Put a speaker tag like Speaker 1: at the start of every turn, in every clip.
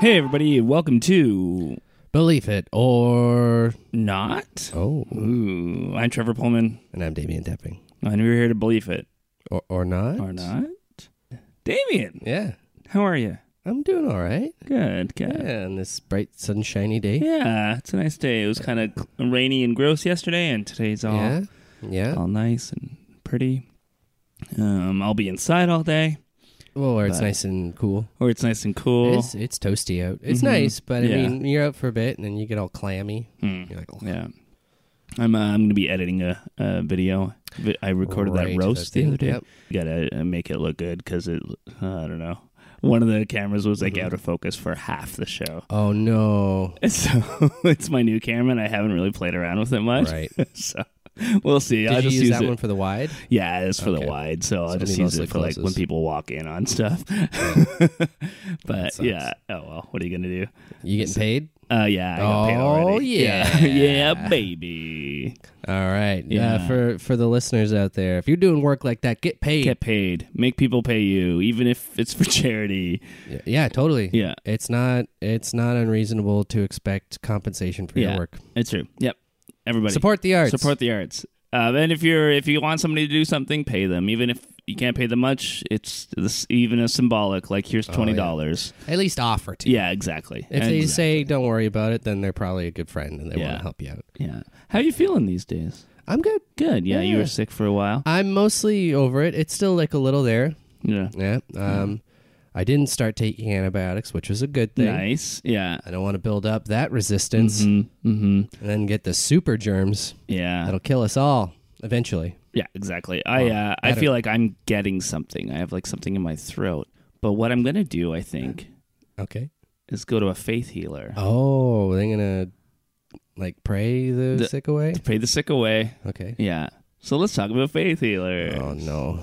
Speaker 1: Hey, everybody, welcome to
Speaker 2: Believe It or
Speaker 1: Not.
Speaker 2: Oh.
Speaker 1: Ooh, I'm Trevor Pullman.
Speaker 2: And I'm Damien Depping.
Speaker 1: And we're here to believe it.
Speaker 2: Or, or not.
Speaker 1: Or not. Damien.
Speaker 2: Yeah.
Speaker 1: How are you?
Speaker 2: I'm doing all right.
Speaker 1: Good, good.
Speaker 2: Yeah, on this bright, sunshiny day.
Speaker 1: Yeah, it's a nice day. It was kind of rainy and gross yesterday, and today's all
Speaker 2: Yeah. Yeah.
Speaker 1: all nice and pretty. Um, I'll be inside all day,
Speaker 2: well, or it's nice and cool.
Speaker 1: or it's nice and cool.
Speaker 2: It's, it's toasty out. It's
Speaker 1: Mhm.
Speaker 2: nice, but I
Speaker 1: Yeah. Hmm.
Speaker 2: mean, you're out for a bit and then you get all clammy. You're like, "Ugh."
Speaker 1: Yeah, I'm. Uh, I'm gonna be editing a, a video. Vi- I recorded
Speaker 2: Right,
Speaker 1: that roast the
Speaker 2: that's-
Speaker 1: other day.
Speaker 2: yep.
Speaker 1: Gotta uh, make it look good because it. uh, I don't know. One of the cameras was
Speaker 2: Mm-hmm.
Speaker 1: like out of focus for half the show.
Speaker 2: Oh, no.
Speaker 1: So it's my new camera, and I haven't really played around with it much.
Speaker 2: Right.
Speaker 1: so we'll see.
Speaker 2: Did
Speaker 1: I'll
Speaker 2: you
Speaker 1: just
Speaker 2: use, that
Speaker 1: it.
Speaker 2: one for the wide?
Speaker 1: Yeah, it's for
Speaker 2: Okay.
Speaker 1: the wide, so I'll
Speaker 2: So
Speaker 1: just
Speaker 2: it'll be
Speaker 1: use
Speaker 2: mostly
Speaker 1: it for like when
Speaker 2: closes.
Speaker 1: people walk in on stuff. but
Speaker 2: sucks.
Speaker 1: yeah, oh well, what are you gonna do?
Speaker 2: You getting paid?
Speaker 1: Uh, yeah, I got paid
Speaker 2: Oh,
Speaker 1: already. yeah,
Speaker 2: yeah.
Speaker 1: yeah, baby.
Speaker 2: All right. Yeah.
Speaker 1: Yeah.
Speaker 2: for, for the listeners out there, if you're doing work like that, get paid.
Speaker 1: Get paid. Make people pay you, even if it's for charity.
Speaker 2: Yeah, yeah, totally.
Speaker 1: Yeah.
Speaker 2: It's not it's not unreasonable to expect compensation for
Speaker 1: Yeah.
Speaker 2: your work.
Speaker 1: It's true. Yep. Everybody
Speaker 2: Support the arts.
Speaker 1: Support the arts. Um, and if you're if you want somebody to do something, pay them. Even if you can't pay them much, it's this, even a symbolic. Like here's twenty dollars.
Speaker 2: At least offer to.
Speaker 1: yeah. exactly.
Speaker 2: Oh, If they
Speaker 1: Exactly.
Speaker 2: say don't worry about it, then they're probably a good friend and they want
Speaker 1: Yeah.
Speaker 2: to help you out.
Speaker 1: yeah, how you feeling these days?
Speaker 2: I'm good.
Speaker 1: Good. Yeah, you
Speaker 2: Yeah.
Speaker 1: were sick for a while.
Speaker 2: I'm mostly over it. It's still like a little there.
Speaker 1: Yeah.
Speaker 2: Yeah.
Speaker 1: Mm-hmm.
Speaker 2: Um I didn't start taking antibiotics, which was a good thing.
Speaker 1: Nice. Yeah.
Speaker 2: I don't want to build up that resistance
Speaker 1: Mm-hmm.
Speaker 2: and then get the super germs
Speaker 1: Yeah.
Speaker 2: that'll kill us all eventually.
Speaker 1: Yeah, exactly. I uh, I
Speaker 2: better.
Speaker 1: feel like I'm getting something. I have like something in my throat. But what I'm gonna do, I think,
Speaker 2: Okay.
Speaker 1: is go to a faith healer.
Speaker 2: Oh, they're gonna like pray the,
Speaker 1: The-
Speaker 2: sick away.
Speaker 1: Pray the sick away.
Speaker 2: Okay.
Speaker 1: Yeah. So let's talk about faith healers.
Speaker 2: Oh no.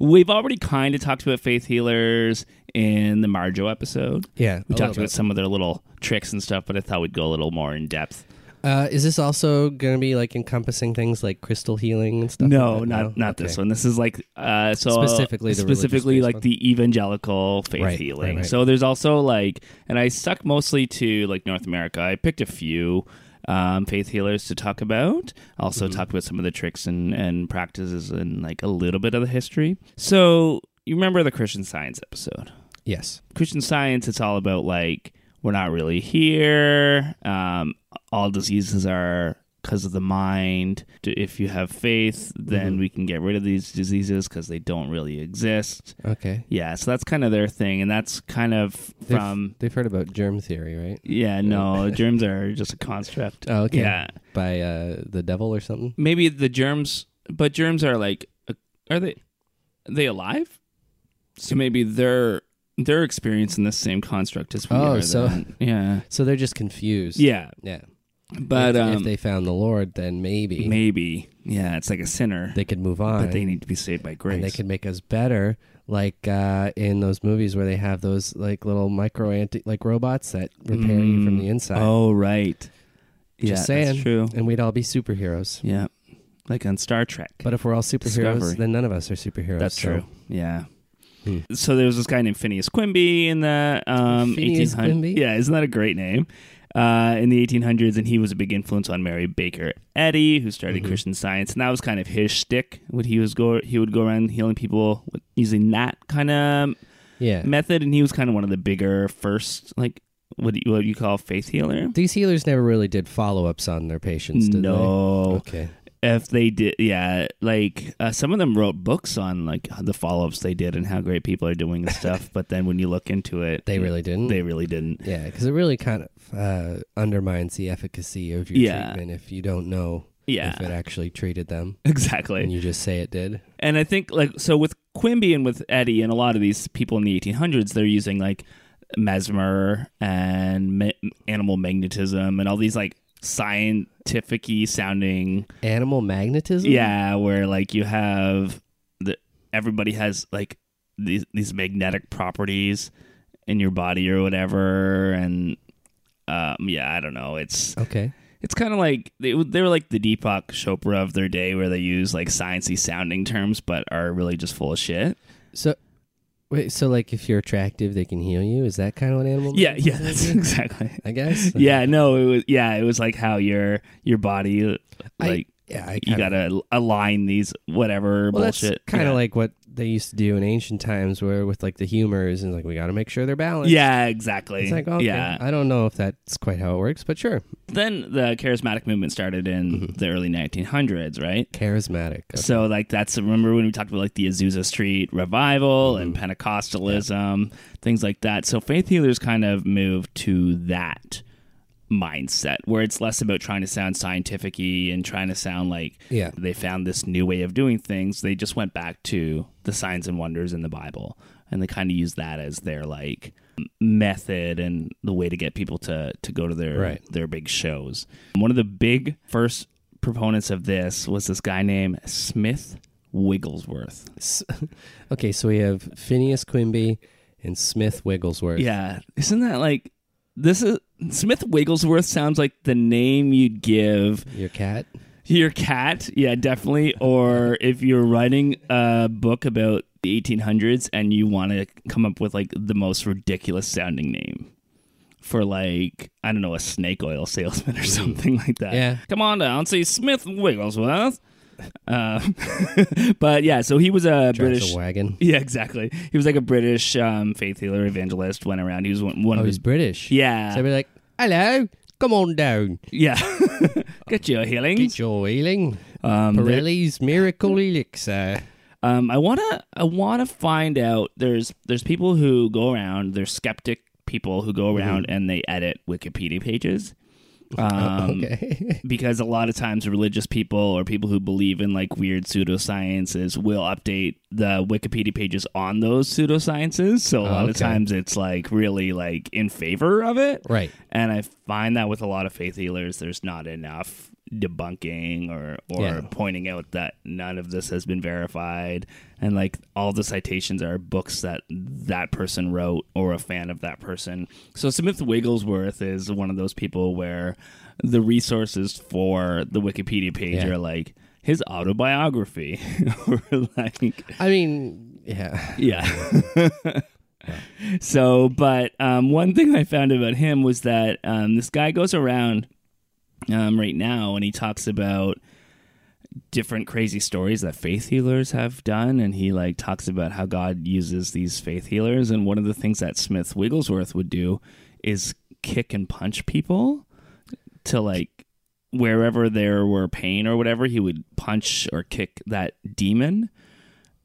Speaker 1: We've already kind of talked about faith healers in the Marjo episode.
Speaker 2: Yeah,
Speaker 1: We
Speaker 2: a
Speaker 1: talked
Speaker 2: little
Speaker 1: about some of their little tricks and stuff, but I thought we'd go a little more in depth.
Speaker 2: Uh, is this also going to be like encompassing things like crystal healing and stuff?
Speaker 1: No,
Speaker 2: like that?
Speaker 1: not not this
Speaker 2: Okay.
Speaker 1: one. This is like uh, so
Speaker 2: Specifically the
Speaker 1: specifically
Speaker 2: religious-based
Speaker 1: like
Speaker 2: one?
Speaker 1: the evangelical faith
Speaker 2: Right, right,
Speaker 1: healing.
Speaker 2: right.
Speaker 1: So there's also like, and I stuck mostly to like North America. I picked a few um, faith healers to talk about. Also
Speaker 2: Mm-hmm.
Speaker 1: talked about some of the tricks and and practices and like a little bit of the history. So you remember the Christian Science episode?
Speaker 2: Yes.
Speaker 1: Christian Science, it's all about like we're not really here. Um, all diseases are because of the mind. D- If you have faith,
Speaker 2: Mm-hmm.
Speaker 1: then we can get rid of these diseases because they don't really exist.
Speaker 2: Okay.
Speaker 1: Yeah, so that's kind of their thing, and that's kind of
Speaker 2: They've,
Speaker 1: from
Speaker 2: they've heard about germ theory, right?
Speaker 1: yeah. No, germs are just a construct.
Speaker 2: Oh, okay.
Speaker 1: Yeah,
Speaker 2: By uh, the devil or something.
Speaker 1: maybe the germs, but germs are like, uh, are they are they alive? So maybe they're they're experiencing the same construct as we
Speaker 2: Oh,
Speaker 1: are.
Speaker 2: so-
Speaker 1: then. yeah.
Speaker 2: So they're just confused.
Speaker 1: Yeah,
Speaker 2: Yeah.
Speaker 1: but
Speaker 2: if,
Speaker 1: um,
Speaker 2: if they found the Lord, then maybe,
Speaker 1: maybe yeah, it's like a sinner,
Speaker 2: they could move on.
Speaker 1: but they need to be saved by grace.
Speaker 2: and they could make us better, like uh, in those movies where they have those like little micro anti like robots that repair you from the inside.
Speaker 1: oh right, yeah,
Speaker 2: just saying.
Speaker 1: that's true.
Speaker 2: And we'd all be superheroes.
Speaker 1: Yeah, like on Star Trek.
Speaker 2: But if we're all superheroes,
Speaker 1: Discovery.
Speaker 2: then none of us are superheroes.
Speaker 1: that's
Speaker 2: so-
Speaker 1: true. Yeah.
Speaker 2: Hmm.
Speaker 1: So there was this guy named Phineas Quimby in the um, 1800s.
Speaker 2: Phineas Quimby?
Speaker 1: Yeah, isn't that a great name? Uh, in the 1800s, and he was a big influence on Mary Baker Eddy, who started
Speaker 2: Mm-hmm.
Speaker 1: Christian Science, and that was kind of his shtick. What he was go, he would go around healing people with, using that kind of
Speaker 2: Yeah.
Speaker 1: method, and he was kind of one of the bigger first, like what do you, what you call faith healer.
Speaker 2: These healers never really did follow ups on their patients, did they?
Speaker 1: No,
Speaker 2: Okay.
Speaker 1: if they did, yeah, like uh, some of them wrote books on like the follow ups they did and how great people are doing and stuff. but then when you look into it,
Speaker 2: They really didn't.
Speaker 1: they really didn't.
Speaker 2: yeah, because it really kind of uh, undermines the efficacy of your
Speaker 1: Yeah.
Speaker 2: treatment if you don't know
Speaker 1: Yeah.
Speaker 2: if it actually treated them
Speaker 1: Exactly.
Speaker 2: and you just say it did.
Speaker 1: and I think like so with Quimby and with Eddie and a lot of these people in the 1800s, they're using like mesmer and ma- animal magnetism and all these like scientific sounding
Speaker 2: Animal magnetism?
Speaker 1: yeah where like you have the everybody has like these these magnetic properties in your body or whatever and um yeah i don't know it's
Speaker 2: Okay.
Speaker 1: it's kind of like they, they were like the Deepak Chopra of their day, where they use like sciencey sounding terms, but are really just full of shit.
Speaker 2: So, wait, so like if you're attractive, they can heal you? Is that kind of what animal
Speaker 1: Yeah, yeah,
Speaker 2: magnetism
Speaker 1: that's
Speaker 2: is?
Speaker 1: exactly.
Speaker 2: I guess.
Speaker 1: Yeah, no, it was yeah, it was like how your your body like
Speaker 2: I- yeah, I
Speaker 1: you
Speaker 2: kinda-
Speaker 1: gotta al- align these whatever
Speaker 2: Well,
Speaker 1: bullshit.
Speaker 2: that's kind of
Speaker 1: yeah.
Speaker 2: like what they used to do in ancient times, where with like the humors and like we got to make sure they're balanced.
Speaker 1: yeah, exactly.
Speaker 2: it's like okay,
Speaker 1: yeah,
Speaker 2: I don't know if that's quite how it works, but sure,
Speaker 1: then the charismatic movement started in the early 1900s, right?
Speaker 2: charismatic. Okay.
Speaker 1: So like that's remember when we talked about like the Azusa Street revival and Pentecostalism, things like that. So faith healers kind of move to that mindset where it's less about trying to sound scientific and trying to sound like
Speaker 2: Yeah.
Speaker 1: they found this new way of doing things. They just went back to the signs and wonders in the Bible and they kind of use that as their like method and the way to get people to to go to their
Speaker 2: Right.
Speaker 1: their big shows. One of the big first proponents of this was this guy named Smith Wigglesworth.
Speaker 2: S- okay, so we have Phineas Quimby and Smith Wigglesworth.
Speaker 1: Yeah, isn't that like this is Smith Wigglesworth sounds like the name you'd give
Speaker 2: your cat.
Speaker 1: your cat. Yeah, definitely. Or if you're writing a book about the 1800s and you want to come up with like the most ridiculous sounding name for like I don't know a snake oil salesman or something like that.
Speaker 2: Yeah.
Speaker 1: come on down, see Smith Wigglesworth. Uh, but yeah, so he was a
Speaker 2: drives
Speaker 1: British.
Speaker 2: a wagon.
Speaker 1: Yeah, exactly. He was like a British um, faith healer evangelist. Went around. He was one, one
Speaker 2: Oh,
Speaker 1: of
Speaker 2: he's
Speaker 1: his.
Speaker 2: British.
Speaker 1: Yeah.
Speaker 2: So I'd be like, hello, come on down.
Speaker 1: Yeah, get your healings.
Speaker 2: Get your healing.
Speaker 1: Um, there-
Speaker 2: Pirelli's Miracle Elixir.
Speaker 1: Um, I wanna I wanna find out. There's there's people who go around. There's skeptic people who
Speaker 2: Mm-hmm.
Speaker 1: go around and they edit Wikipedia pages. Um,
Speaker 2: okay.
Speaker 1: Because a lot of times religious people or people who believe in like weird pseudosciences will update the Wikipedia pages on those pseudosciences. So a lot of
Speaker 2: okay.
Speaker 1: times it's like really like in favor of it.
Speaker 2: Right.
Speaker 1: And I find that with a lot of faith healers, there's not enough debunking or or
Speaker 2: Yeah.
Speaker 1: pointing out that none of this has been verified and like all the citations are books that that person wrote or a fan of that person so smith wigglesworth is one of those people where the resources for the wikipedia page
Speaker 2: Yeah.
Speaker 1: are like his autobiography or like
Speaker 2: I mean, yeah.
Speaker 1: yeah. so, but um, one thing I found about him was that um, this guy goes around um, right now and he talks about different crazy stories that faith healers have done and he like talks about how god uses these faith healers and one of the things that smith wigglesworth would do is kick and punch people to like wherever there were pain or whatever he would punch or kick that demon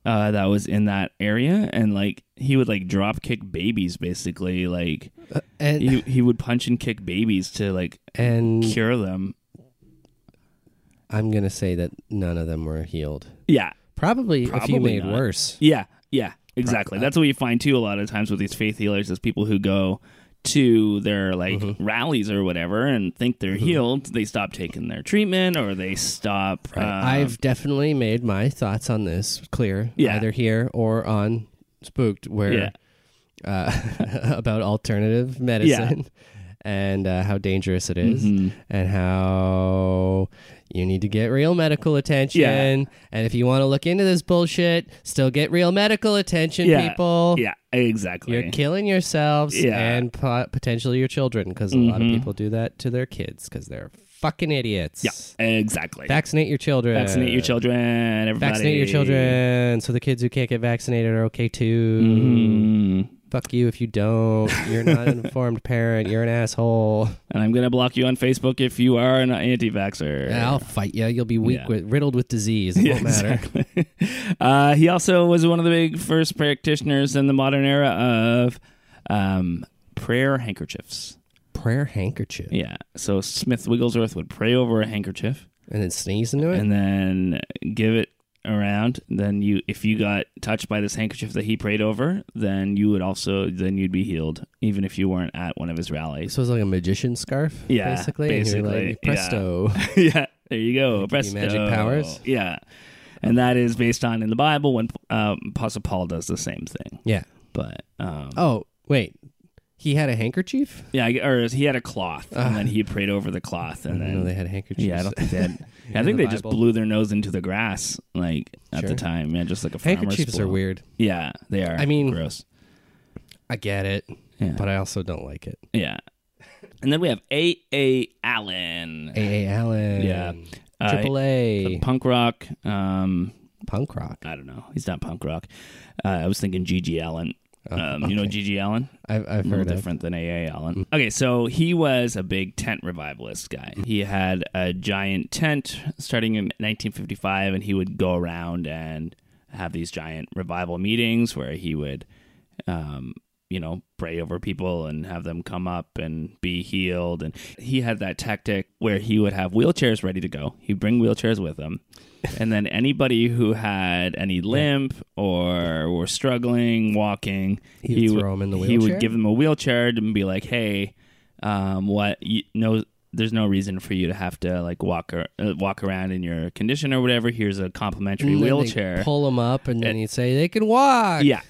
Speaker 1: uh, that was in that area and like he would like drop kick babies basically like
Speaker 2: And
Speaker 1: he, he would punch and kick babies to like
Speaker 2: and
Speaker 1: cure them
Speaker 2: I'm gonna say that none of them were healed.
Speaker 1: yeah
Speaker 2: Probably, a
Speaker 1: Probably
Speaker 2: few made
Speaker 1: not.
Speaker 2: worse.
Speaker 1: Yeah, yeah, exactly. That's what you find too a lot of times with these faith healers is people who go to their like
Speaker 2: Mm-hmm.
Speaker 1: rallies or whatever and think they're healed. They stop taking their treatment or they stop. uh,
Speaker 2: I've definitely made my thoughts on this clear,
Speaker 1: Yeah.
Speaker 2: either here or on Spooked, where
Speaker 1: yeah,
Speaker 2: uh, about alternative medicine and uh, how dangerous it is
Speaker 1: Mm-hmm.
Speaker 2: and how you need to get real medical attention.
Speaker 1: Yeah.
Speaker 2: And if you want to look into this bullshit, still get real medical attention,
Speaker 1: yeah,
Speaker 2: people.
Speaker 1: Yeah, exactly.
Speaker 2: You're killing yourselves
Speaker 1: Yeah. Mm-hmm.
Speaker 2: and po- potentially your children because a lot of people do that to their kids because they're fucking idiots.
Speaker 1: yeah, exactly.
Speaker 2: Vaccinate your children.
Speaker 1: Vaccinate your children, everybody.
Speaker 2: Vaccinate your children so the kids who can't get vaccinated are okay too.
Speaker 1: Mm.
Speaker 2: Fuck you if you don't. You're not an informed parent. You're an asshole.
Speaker 1: And I'm gonna block you on Facebook if you are an anti-vaxer.
Speaker 2: And I'll fight you. You'll be weak
Speaker 1: Yeah.
Speaker 2: with riddled with disease. It won't matter.
Speaker 1: Exactly. uh, he also was one of the big first practitioners in the modern era of um, prayer handkerchiefs.
Speaker 2: Prayer handkerchief
Speaker 1: Yeah. So Smith Wigglesworth would pray over a handkerchief
Speaker 2: and then sneeze into it.
Speaker 1: and then give it around, then you if you got touched by this handkerchief that he prayed over, then you would also then you'd be healed, even if you weren't at one of his rallies.
Speaker 2: This was like a magician's scarf,
Speaker 1: Yeah,
Speaker 2: basically. and you're
Speaker 1: basically,
Speaker 2: like, presto.
Speaker 1: yeah, there you go.
Speaker 2: Give me magic
Speaker 1: Presto.
Speaker 2: powers.
Speaker 1: Yeah, and that is based on in the Bible when um, Apostle Paul does the same thing.
Speaker 2: yeah.
Speaker 1: But um,
Speaker 2: Oh, wait. He had a handkerchief?
Speaker 1: yeah, I- or he had a cloth, and then he prayed over the cloth, and
Speaker 2: Ah. I
Speaker 1: then
Speaker 2: didn't know they had handkerchiefs.
Speaker 1: Yeah, I don't think they had. I
Speaker 2: In
Speaker 1: think
Speaker 2: the
Speaker 1: they just
Speaker 2: Bible.
Speaker 1: blew their nose into the grass, like at the
Speaker 2: Sure.
Speaker 1: time, man. Just like a farmer's
Speaker 2: handkerchiefs are
Speaker 1: blow.
Speaker 2: weird.
Speaker 1: Yeah, they are.
Speaker 2: I mean-
Speaker 1: gross.
Speaker 2: I get it,
Speaker 1: Yeah.
Speaker 2: but I also don't like it.
Speaker 1: Yeah, and then we have A. A. Allen,
Speaker 2: A. A. Allen.
Speaker 1: Yeah. Uh,
Speaker 2: Triple A.
Speaker 1: punk rock. Um,
Speaker 2: Punk rock.
Speaker 1: I don't know. He's not punk rock. Uh, I was thinking G.G. Allen. Um, You know G.G. Allen?
Speaker 2: Oh, I've, I've
Speaker 1: A little
Speaker 2: heard of. Mm.
Speaker 1: different than A.A. Allen. Okay, so he was a big tent revivalist guy. He had a giant tent starting in 1955, and he would go around and have these giant revival meetings where he would, um, you know, pray over people and have them come up and be healed. And he had that tactic where he would have wheelchairs ready to go. He'd bring wheelchairs with him. And then anybody who had any limp or were struggling walking,
Speaker 2: He would
Speaker 1: would-
Speaker 2: throw 'em in the
Speaker 1: He would
Speaker 2: wheelchair?
Speaker 1: give them a wheelchair and be like, "Hey, um, what? You, no, there's no reason for you to have to like walk or, uh, walk around in your condition or whatever. Here's a complimentary
Speaker 2: And then
Speaker 1: wheelchair."
Speaker 2: They'd pull them up, and then he'd say they can walk.
Speaker 1: yeah,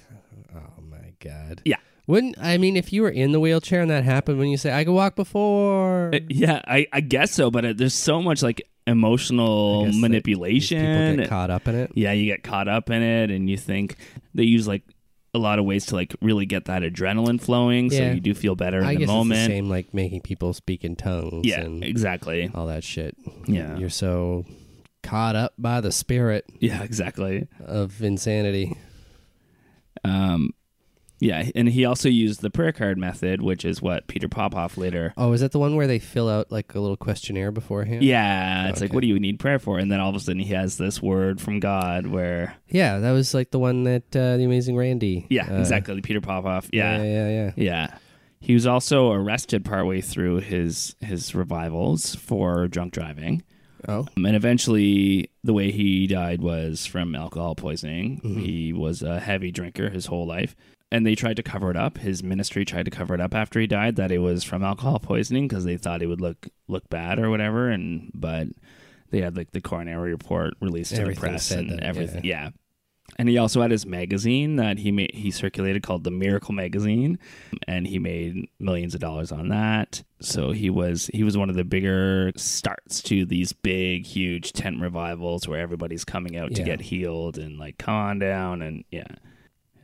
Speaker 2: Oh my god.
Speaker 1: yeah,
Speaker 2: Wouldn't I mean if you were in the wheelchair and that happened? When you say I could walk before,
Speaker 1: Uh, yeah. I, I guess so, but uh, there's so much like
Speaker 2: I
Speaker 1: emotional
Speaker 2: guess that
Speaker 1: manipulation.
Speaker 2: People get caught up in it.
Speaker 1: yeah, you get caught up in it, and you think they use like a lot of ways to like really get that adrenaline flowing, so
Speaker 2: Yeah.
Speaker 1: you do feel better in
Speaker 2: I
Speaker 1: the
Speaker 2: guess
Speaker 1: moment.
Speaker 2: it's the same like making people speak in tongues.
Speaker 1: yeah,
Speaker 2: and
Speaker 1: exactly.
Speaker 2: all that shit.
Speaker 1: Yeah.
Speaker 2: you're so caught up by the spirit
Speaker 1: Yeah, exactly.
Speaker 2: of insanity.
Speaker 1: Um, yeah, and he also used the prayer card method, which is what Peter Popoff later.
Speaker 2: Oh, is that the one where they fill out like a little questionnaire beforehand?
Speaker 1: Yeah, it's like,
Speaker 2: Okay.
Speaker 1: what do you need prayer for? And then all of a sudden, he has this word from God, where
Speaker 2: yeah, that was like the one that uh, the Amazing Randy.
Speaker 1: yeah,
Speaker 2: uh,
Speaker 1: exactly, Peter Popoff.
Speaker 2: Yeah,
Speaker 1: yeah,
Speaker 2: yeah, yeah.
Speaker 1: yeah. He was also arrested partway through his his revivals for drunk driving.
Speaker 2: Oh,
Speaker 1: Um, And eventually, the way he died was from alcohol poisoning.
Speaker 2: Mm-hmm.
Speaker 1: He was a heavy drinker his whole life. And they tried to cover it up. His ministry tried to cover it up after he died that it was from alcohol poisoning because they thought it would look look bad or whatever. And but they had like the coronary report released to
Speaker 2: Everything
Speaker 1: the press
Speaker 2: said
Speaker 1: and
Speaker 2: that,
Speaker 1: everything. yeah, and he also had his magazine that he made he circulated called the miracle magazine and he made millions of dollars on that so he was he was one of the bigger starts to these big huge tent revivals where everybody's coming out to
Speaker 2: Yeah.
Speaker 1: get healed and like come on down and yeah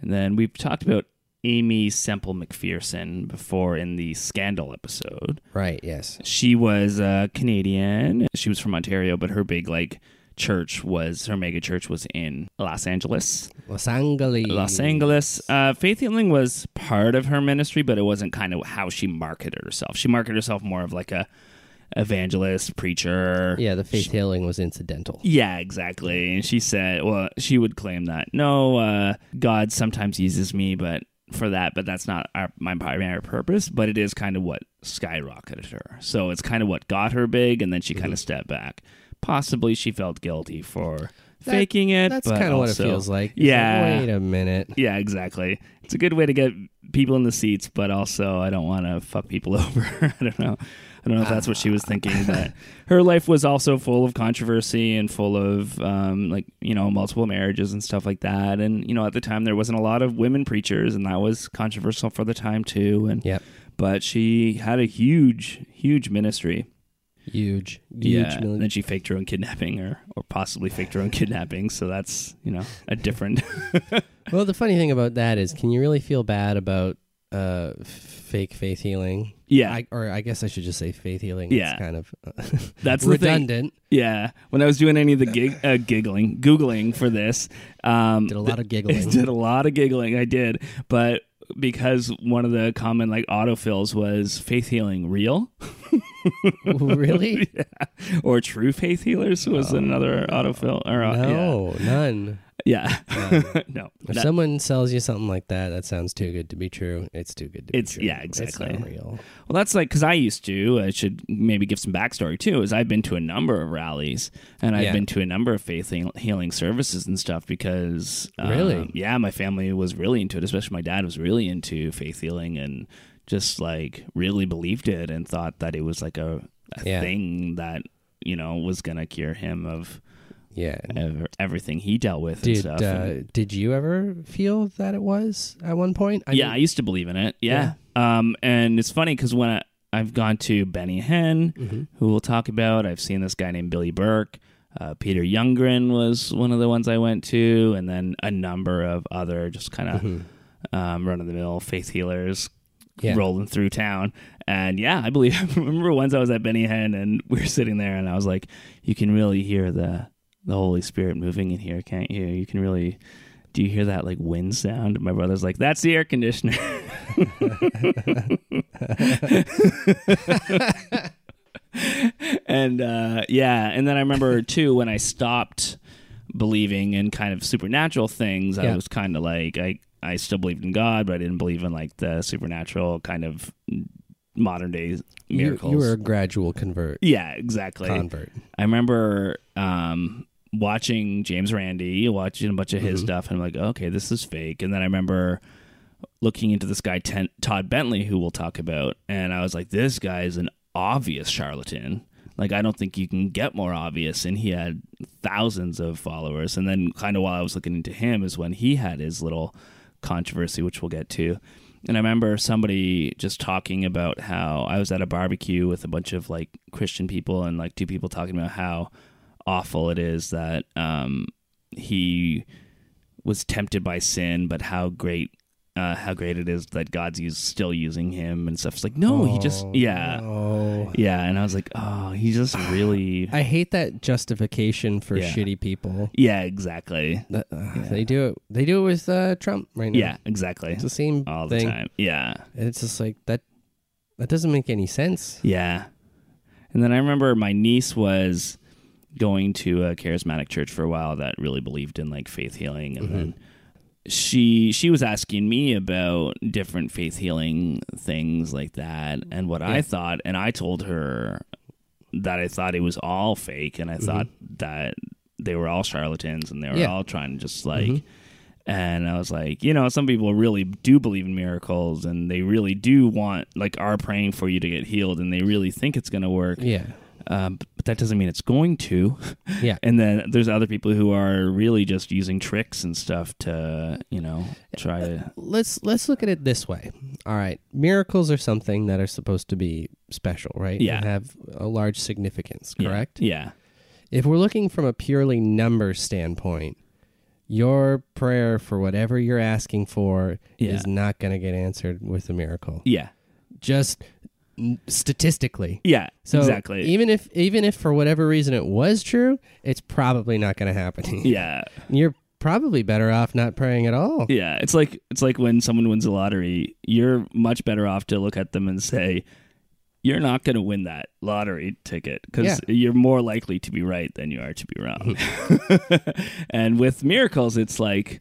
Speaker 1: and then we've talked about amy semple mcpherson before in the scandal episode
Speaker 2: right. Yes.
Speaker 1: she was uh, Canadian. She was from Ontario, but her big like church was her mega church was in Los Angeles.
Speaker 2: Los Angeles.
Speaker 1: Los Angeles. Uh, faith healing was part of her ministry, but it wasn't kind of how she marketed herself. She marketed herself more of like a evangelist, preacher.
Speaker 2: Yeah, the faith healing was incidental.
Speaker 1: Yeah, exactly. And she said, well, she would claim that no, uh, God sometimes uses me, but for that, but that's not our, my primary purpose. But it is kind of what skyrocketed her. So it's kind of what got her big, and then she
Speaker 2: Mm-hmm.
Speaker 1: kind of stepped back. Possibly she felt guilty for
Speaker 2: That-
Speaker 1: faking it.
Speaker 2: That's
Speaker 1: kind of
Speaker 2: what it feels like. It's like,
Speaker 1: Yeah.
Speaker 2: Wait a minute.
Speaker 1: Yeah, exactly. It's a good way to get people in the seats, but also I don't want to fuck people over. I don't know. I don't know if that's what she
Speaker 2: Ah.
Speaker 1: was thinking, but her life was also full of controversy and full of um, like you know multiple marriages and stuff like that. And you know at the time there wasn't a lot of women preachers, and that was controversial for the time too. And
Speaker 2: Yep.
Speaker 1: but she had a huge, huge ministry.
Speaker 2: Huge. Huge.
Speaker 1: Yeah,
Speaker 2: mil-
Speaker 1: and then she faked her own kidnapping, or or possibly faked her own kidnapping. So that's you know a different.
Speaker 2: well, the funny thing about that is, can you really feel bad about uh, f- fake faith healing?
Speaker 1: Yeah.
Speaker 2: I, or I guess I should just say faith healing.
Speaker 1: Yeah.
Speaker 2: It's kind of uh,
Speaker 1: That's the thing.
Speaker 2: redundant.
Speaker 1: Yeah, when I was doing any of the gig, uh, giggling, googling for this, um,
Speaker 2: Did a lot of giggling.
Speaker 1: did a lot of giggling. I did, but because one of the common like autofills was faith healing real
Speaker 2: really?
Speaker 1: or true faith healers was another autofill or uh, yeah.
Speaker 2: Oh. No, none.
Speaker 1: Yeah. no.
Speaker 2: If
Speaker 1: not-
Speaker 2: someone sells you something like that, that sounds too good to be true. It's too good to
Speaker 1: It's-
Speaker 2: be true.
Speaker 1: yeah, exactly.
Speaker 2: It's not real.
Speaker 1: Well, that's like because I used to. I should maybe give some backstory too. Is I've been to a number of rallies and I've
Speaker 2: Yeah.
Speaker 1: been to a number of faith heal- healing services and stuff because um,
Speaker 2: Really?
Speaker 1: yeah, my family was really into it. Especially my dad was really into faith healing and just like really believed it and thought that it was like a, a
Speaker 2: Yeah.
Speaker 1: thing that you know was gonna cure him of
Speaker 2: Yeah.
Speaker 1: ev- everything he dealt with and
Speaker 2: Did
Speaker 1: stuff.
Speaker 2: uh,
Speaker 1: And-
Speaker 2: did you ever feel that it was at one point? I
Speaker 1: yeah, I
Speaker 2: mean-
Speaker 1: used to believe in it. Yeah. Um, and it's funny because when I, I've gone to Benny Hinn, who we'll talk about, I've seen this guy named Billy Burke. Uh, Peter Youngren was one of the ones I went to, and then a number of other just kind of um, run of the mill faith healers
Speaker 2: Yeah.
Speaker 1: rolling through town. And yeah, I believe I remember once I was at Benny Hinn and we were sitting there, and I was like, "You can really hear the the Holy Spirit moving in here, can't you? You can really." Do you hear that like wind sound? My brother's like, "That's the air conditioner." and uh, yeah, and then I remember too when I stopped believing in kind of supernatural things, I
Speaker 2: Yeah.
Speaker 1: was kind of like I I still believed in God, but I didn't believe in like the supernatural kind of modern day
Speaker 2: You-
Speaker 1: miracles.
Speaker 2: You, were a gradual convert.
Speaker 1: yeah, exactly.
Speaker 2: Convert.
Speaker 1: I remember um, watching James Randi, watching a bunch of
Speaker 2: Mm-hmm.
Speaker 1: his stuff, and I'm like, okay, this is fake. And then I remember looking into this guy, Ten- Todd Bentley, who we'll talk about, and I was like, this guy is an obvious charlatan. Like, I don't think you can get more obvious. And he had thousands of followers. And then, kind of while I was looking into him, is when he had his little controversy, which we'll get to. And I remember somebody just talking about how I was at a barbecue with a bunch of like Christian people and like two people talking about how awful it is that um, he was tempted by sin, but how great. Uh, how great it is that God's use, still using him and stuff. It's like, no, he just, yeah,
Speaker 2: Oh.
Speaker 1: yeah. And I was like, oh, he just really,
Speaker 2: I hate that justification for
Speaker 1: Yeah.
Speaker 2: shitty people.
Speaker 1: yeah, exactly,
Speaker 2: That- uh, They do it. They do it with uh, Trump right now.
Speaker 1: yeah, exactly,
Speaker 2: It's the same
Speaker 1: all the
Speaker 2: thing.
Speaker 1: time, yeah.
Speaker 2: And it's just like that. That doesn't make any sense.
Speaker 1: Yeah. And then I remember my niece was going to a charismatic church for a while that really believed in like faith healing and then she she was asking me about different faith healing things like that and what I thought and I told her that I thought it was all fake and I thought that they were all charlatans and they were
Speaker 2: Yeah.
Speaker 1: all trying to just like and I was like, you know, some people really do believe in miracles and they really do want like are praying for you to get healed and they really think it's going to work.
Speaker 2: Yeah.
Speaker 1: Um, but that doesn't mean it's going to.
Speaker 2: Yeah.
Speaker 1: And then there's other people who are really just using tricks and stuff to, you know, try to
Speaker 2: let's let's look at it this way. All right, miracles are something that are supposed to be special, right?
Speaker 1: Yeah.
Speaker 2: and have a large significance, correct?
Speaker 1: Yeah.
Speaker 2: If we're looking from a purely number standpoint, your prayer for whatever you're asking for
Speaker 1: Yeah.
Speaker 2: is not going to get answered with a miracle.
Speaker 1: Yeah.
Speaker 2: Just n- statistically.
Speaker 1: Yeah.
Speaker 2: So
Speaker 1: E, exactly.
Speaker 2: even if even if for whatever reason it was true, it's probably not going to happen.
Speaker 1: yeah.
Speaker 2: You're probably better off not praying at all.
Speaker 1: Yeah, it's like it's like when someone wins the lottery, you're much better off to look at them and say, "You're not going to win that lottery ticket because
Speaker 2: Yeah.
Speaker 1: you're more likely to be right than you are to be wrong." and with miracles, it's like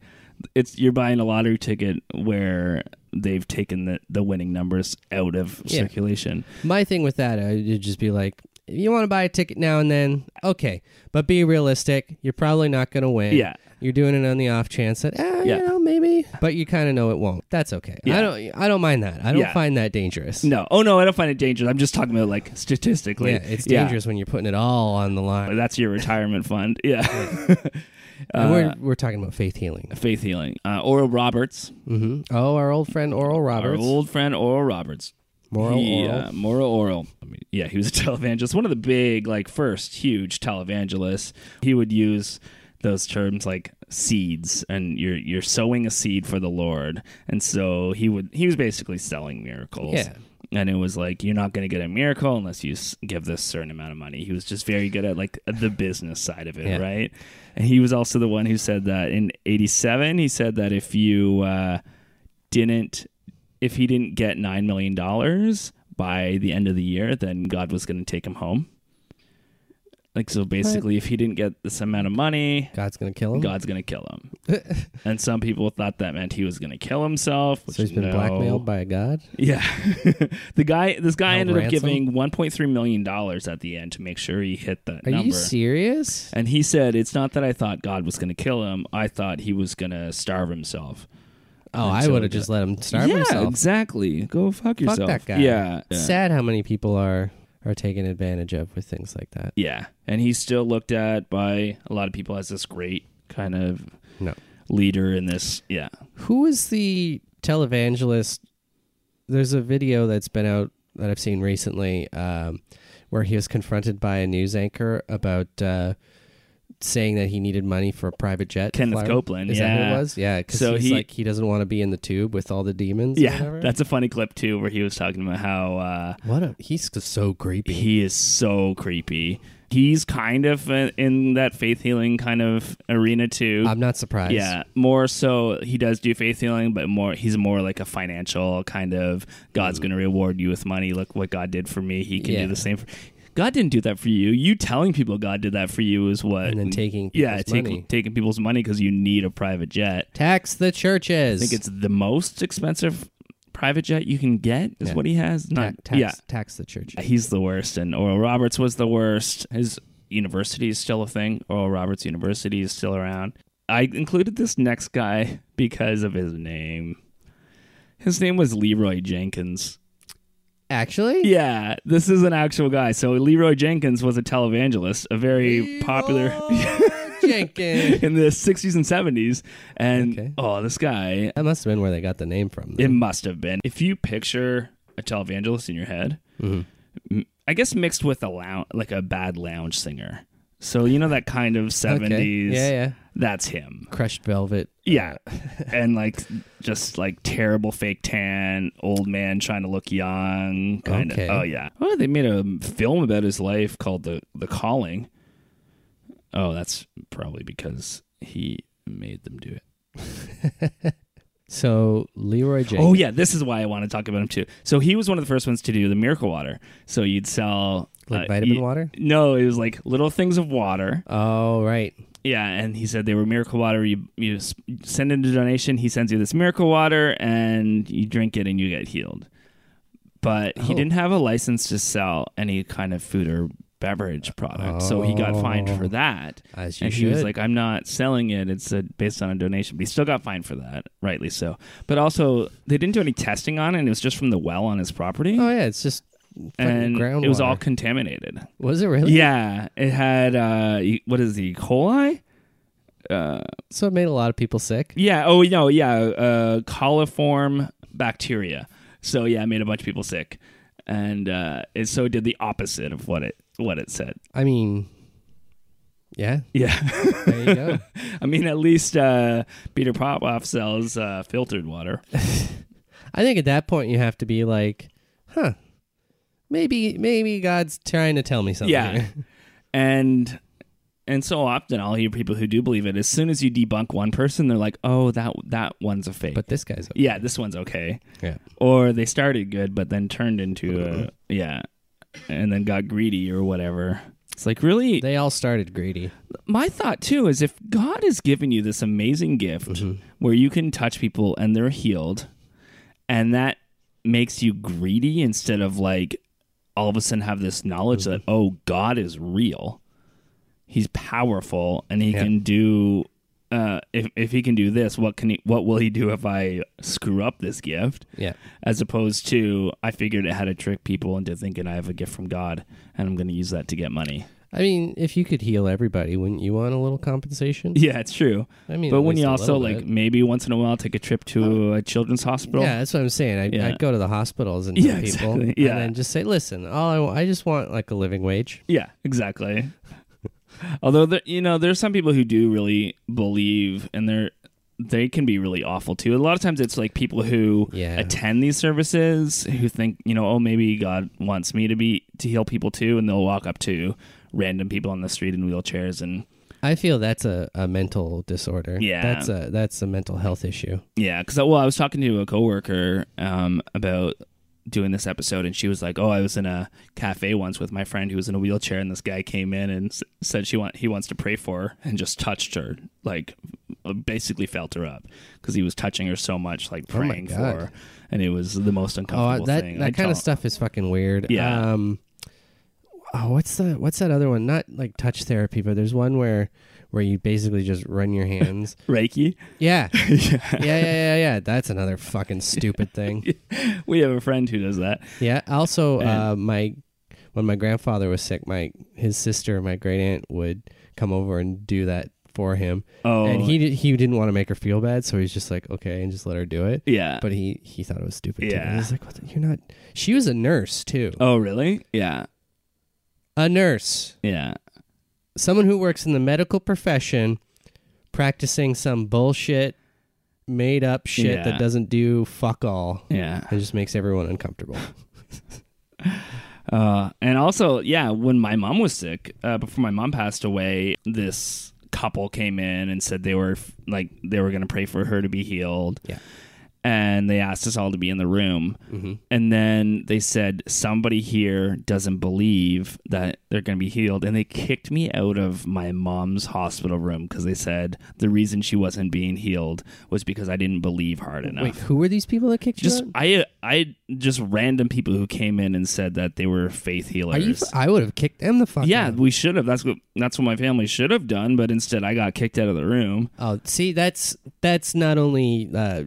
Speaker 1: it's you're buying a lottery ticket where they've taken the, the winning numbers out of
Speaker 2: Yeah.
Speaker 1: circulation.
Speaker 2: My thing with that, I would just be like, if you want to buy a ticket now and then, okay, but be realistic. You're probably not going to win.
Speaker 1: Yeah.
Speaker 2: You're doing it on the off chance that, eh,
Speaker 1: Yeah.
Speaker 2: you know, maybe, but you kind of know it won't. That's okay.
Speaker 1: Yeah.
Speaker 2: I don't, I don't mind that. I don't
Speaker 1: Yeah.
Speaker 2: find that dangerous.
Speaker 1: No, oh no, I don't find it dangerous. I'm just talking about like statistically.
Speaker 2: Yeah, it's dangerous when you're putting it all on the line.
Speaker 1: That's your retirement fund. Yeah.
Speaker 2: And
Speaker 1: uh,
Speaker 2: we're, we're talking about faith healing.
Speaker 1: Faith healing. Uh, Oral Roberts,
Speaker 2: hmm Oh, our old friend Oral Roberts.
Speaker 1: Our old friend Oral Roberts.
Speaker 2: Moral
Speaker 1: He,
Speaker 2: Oral.
Speaker 1: uh, Moral Oral. I mean, yeah, he was a televangelist, one of the big, like, first huge televangelists. He would use those terms like seeds and you're you're sowing a seed for the Lord. And so he would he was basically selling miracles.
Speaker 2: Yeah.
Speaker 1: And it was like you're not going to get a miracle unless you s- give this certain amount of money. He was just very good at like the business side of it,
Speaker 2: Yeah.
Speaker 1: right? And he was also the one who said that in '87. He said that if you uh, didn't if he didn't get nine million dollars by the end of the year, then God was going to take him home. Like so, basically, if he didn't get this amount of money,
Speaker 2: God's gonna kill him.
Speaker 1: God's gonna kill him. and some people thought that meant he was gonna kill himself. Which
Speaker 2: So he's been
Speaker 1: no.
Speaker 2: blackmailed by a god.
Speaker 1: Yeah, the guy. This guy
Speaker 2: Held
Speaker 1: ended up
Speaker 2: ransom?
Speaker 1: giving 1.3 million dollars at the end to make sure he hit that
Speaker 2: Are
Speaker 1: number.
Speaker 2: you serious?
Speaker 1: And he said, "It's not that I thought God was gonna kill him. I thought he was gonna starve himself."
Speaker 2: Oh,
Speaker 1: And
Speaker 2: I
Speaker 1: so
Speaker 2: would have
Speaker 1: the-
Speaker 2: just let him starve
Speaker 1: yeah,
Speaker 2: himself.
Speaker 1: exactly. Go fuck
Speaker 2: Fuck
Speaker 1: yourself.
Speaker 2: that guy.
Speaker 1: Yeah.
Speaker 2: It's Sad how many people are are taken advantage of with things like that.
Speaker 1: Yeah, and he's still looked at by a lot of people as this great kind of
Speaker 2: No.
Speaker 1: leader in this. Yeah,
Speaker 2: Who is the televangelist? There's a video that's been out that I've seen recently um, where he was confronted by a news anchor about uh, saying that he needed money for a private jet. to
Speaker 1: Kenneth
Speaker 2: fly.
Speaker 1: Copeland,
Speaker 2: Is that who
Speaker 1: yeah.
Speaker 2: it was? Yeah. Because
Speaker 1: So
Speaker 2: he's
Speaker 1: he-
Speaker 2: like, he doesn't want to be in the tube with all the demons. or
Speaker 1: yeah,
Speaker 2: whatever.
Speaker 1: that's a funny clip too, where he was talking about how uh,
Speaker 2: What a. He's so creepy.
Speaker 1: he is so creepy. He's kind of uh, in that faith healing kind of arena too.
Speaker 2: I'm not surprised.
Speaker 1: Yeah, more so he does do faith healing, but more he's more like a financial kind of God's going to reward you with money. Look what God did for me; He can
Speaker 2: Mm. Yeah.
Speaker 1: do the same for. God didn't do that for you. You telling people God did that for you is what,
Speaker 2: And then taking
Speaker 1: yeah,
Speaker 2: people's money.
Speaker 1: taking people's money because you need a private jet.
Speaker 2: Tax the churches.
Speaker 1: I think it's the most expensive private jet you can get is what he has. Not
Speaker 2: Ta- tax,
Speaker 1: yeah,
Speaker 2: tax the churches.
Speaker 1: he's the worst, and Oral Roberts was the worst. His university is still a thing. Oral Roberts University is still around. I included this next guy because of his name. His name was Leroy Jenkins.
Speaker 2: Actually?
Speaker 1: Yeah, this is an actual guy. So Leroy Jenkins was a televangelist, a very popular
Speaker 2: Jenkins.
Speaker 1: in the 60s and 70s. And
Speaker 2: Okay.
Speaker 1: oh, this guy,
Speaker 2: That must have been where they got the name from.
Speaker 1: It
Speaker 2: though.
Speaker 1: must have been. If you picture a televangelist in your head,
Speaker 2: Mm-hmm.
Speaker 1: m- I guess mixed with a lounge, like a bad lounge singer. So you know that kind of seventies.
Speaker 2: Yeah, yeah.
Speaker 1: That's him.
Speaker 2: Crushed Velvet.
Speaker 1: Yeah, and like just like terrible fake tan, old man trying to look young, kind of.
Speaker 2: Okay.
Speaker 1: Oh yeah. Oh, they made a film about his life called the the Calling. Oh, that's probably because he made them do it.
Speaker 2: So Leroy Jenkins.
Speaker 1: Oh yeah, this is why I want to talk about him too. So he was one of the first ones to do the miracle water. So you'd sell uh,
Speaker 2: Like vitamin water?
Speaker 1: No, it was like little things of water.
Speaker 2: Oh right.
Speaker 1: Yeah, and he said they were miracle water. You you s- send in a donation, he sends you this miracle water, and you drink it, and you get healed. But he
Speaker 2: Oh.
Speaker 1: didn't have a license to sell any kind of food or beverage product, so he got fined for that.
Speaker 2: Oh. As you
Speaker 1: and he was
Speaker 2: should.
Speaker 1: like, "I'm not selling it. It's a, based on a donation." But he still got fined for that, rightly so. But also, they didn't do any testing on it. and It was just from the well on his property,
Speaker 2: Oh yeah. It's just
Speaker 1: and
Speaker 2: ground.
Speaker 1: it was all contaminated.
Speaker 2: was it really?
Speaker 1: Yeah, it had uh, e- what is the E. coli?
Speaker 2: So it made a lot of people sick.
Speaker 1: Yeah. Oh, no. Yeah. Uh, coliform bacteria. So yeah, it made a bunch of people sick, and uh, it so it did the opposite of what it what it said.
Speaker 2: I mean, yeah.
Speaker 1: Yeah.
Speaker 2: There you go.
Speaker 1: I mean, at least uh, Peter Popoff sells uh, filtered water.
Speaker 2: I think at that point you have to be like, huh. Maybe maybe God's trying to tell me something.
Speaker 1: yeah.
Speaker 2: here.
Speaker 1: and and so often I'll hear people who do believe it. As soon as you debunk one person, they're like, "Oh, that that one's a fake."
Speaker 2: But this guy's okay.
Speaker 1: yeah, this one's okay.
Speaker 2: Yeah.
Speaker 1: Or they started good, but then turned into a yeah, and then got greedy or whatever. It's like really
Speaker 2: They all started greedy.
Speaker 1: my thought too is if God has given you this amazing gift where you can touch people and they're healed, and that makes you greedy instead of like all of a sudden have this knowledge that oh God is real, He's powerful and He can do. Uh, if if he can do this, what can he? What will he do if I screw up this gift?
Speaker 2: Yeah.
Speaker 1: As opposed to, I figured out how to trick people into thinking I have a gift from God and I'm going to use that to get money.
Speaker 2: I mean, if you could heal everybody, wouldn't you want a little compensation?
Speaker 1: Yeah, it's true.
Speaker 2: I mean,
Speaker 1: but
Speaker 2: at
Speaker 1: when
Speaker 2: least
Speaker 1: you
Speaker 2: a
Speaker 1: also
Speaker 2: little
Speaker 1: like
Speaker 2: bit.
Speaker 1: maybe once in a while take a trip to a children's hospital.
Speaker 2: Yeah, that's what I'm saying. I,
Speaker 1: Yeah.
Speaker 2: I go to the hospitals and
Speaker 1: Yeah,
Speaker 2: tell people,
Speaker 1: exactly. Yeah.
Speaker 2: and then just say, "Listen, all I, want, I just want like a living wage."
Speaker 1: Yeah, exactly. Although there, you know, there's some people who do really believe, and they're they can be really awful too. A lot of times, it's like people who
Speaker 2: Yeah.
Speaker 1: attend these services who think, you know, oh, maybe God wants me to be to heal people too, and they'll walk up to random people on the street in wheelchairs and
Speaker 2: I feel that's a, a mental disorder.
Speaker 1: Yeah.
Speaker 2: that's a that's a mental health issue.
Speaker 1: Yeah, because well, I was talking to a coworker um, about doing this episode, and she was like, "Oh, I was in a cafe once with my friend who was in a wheelchair, and this guy came in and s- said she want he wants to pray for her, and just touched her, like uh, basically felt her up because he was touching her so much, like
Speaker 2: Oh my
Speaker 1: praying for
Speaker 2: God.
Speaker 1: her, and it was the most uncomfortable
Speaker 2: Oh, that
Speaker 1: thing.
Speaker 2: that
Speaker 1: I
Speaker 2: kind of
Speaker 1: don't-
Speaker 2: stuff is fucking weird.
Speaker 1: Yeah.
Speaker 2: Um, oh, what's the what's that other one? Not like touch therapy, but there's one where where you basically just run your hands.
Speaker 1: Reiki.
Speaker 2: yeah. yeah. Yeah. Yeah. Yeah. That's another fucking stupid thing.
Speaker 1: we have a friend who does that.
Speaker 2: Yeah. Also, uh,
Speaker 1: And-
Speaker 2: my when my grandfather was sick, my his sister, my great aunt, would come over and do that for him.
Speaker 1: Oh.
Speaker 2: and he did, he didn't want to make her feel bad, so he's just like, okay, and just let her do it.
Speaker 1: Yeah.
Speaker 2: But he he thought it was stupid. too.
Speaker 1: Yeah.
Speaker 2: He's like, what the, you're not. She was a nurse too.
Speaker 1: oh, really? Yeah,
Speaker 2: A nurse,
Speaker 1: yeah.
Speaker 2: someone who works in the medical profession, practicing some bullshit, made up shit
Speaker 1: Yeah.
Speaker 2: that doesn't do fuck all.
Speaker 1: Yeah.
Speaker 2: It just makes everyone uncomfortable.
Speaker 1: Uh, and also, yeah, when my mom was sick, uh, before my mom passed away, this couple came in and said they were like they were going to pray for her to be healed.
Speaker 2: Yeah. Mm-hmm.
Speaker 1: And they asked us all to be in the room. And then they said, somebody here doesn't believe that they're going to be healed. And they kicked me out of my mom's hospital room because they said the reason she wasn't being healed was because I didn't believe hard enough
Speaker 2: Wait, who were these people that kicked
Speaker 1: just
Speaker 2: you out?
Speaker 1: I I just random people who came in and said that they were faith
Speaker 2: Are you?
Speaker 1: healers.
Speaker 2: f- I would have kicked them the fuck.
Speaker 1: yeah,
Speaker 2: out.
Speaker 1: we should have. That's what that's what my family should have done. But instead, I got kicked out of the room.
Speaker 2: Oh, see, that's that's not only uh,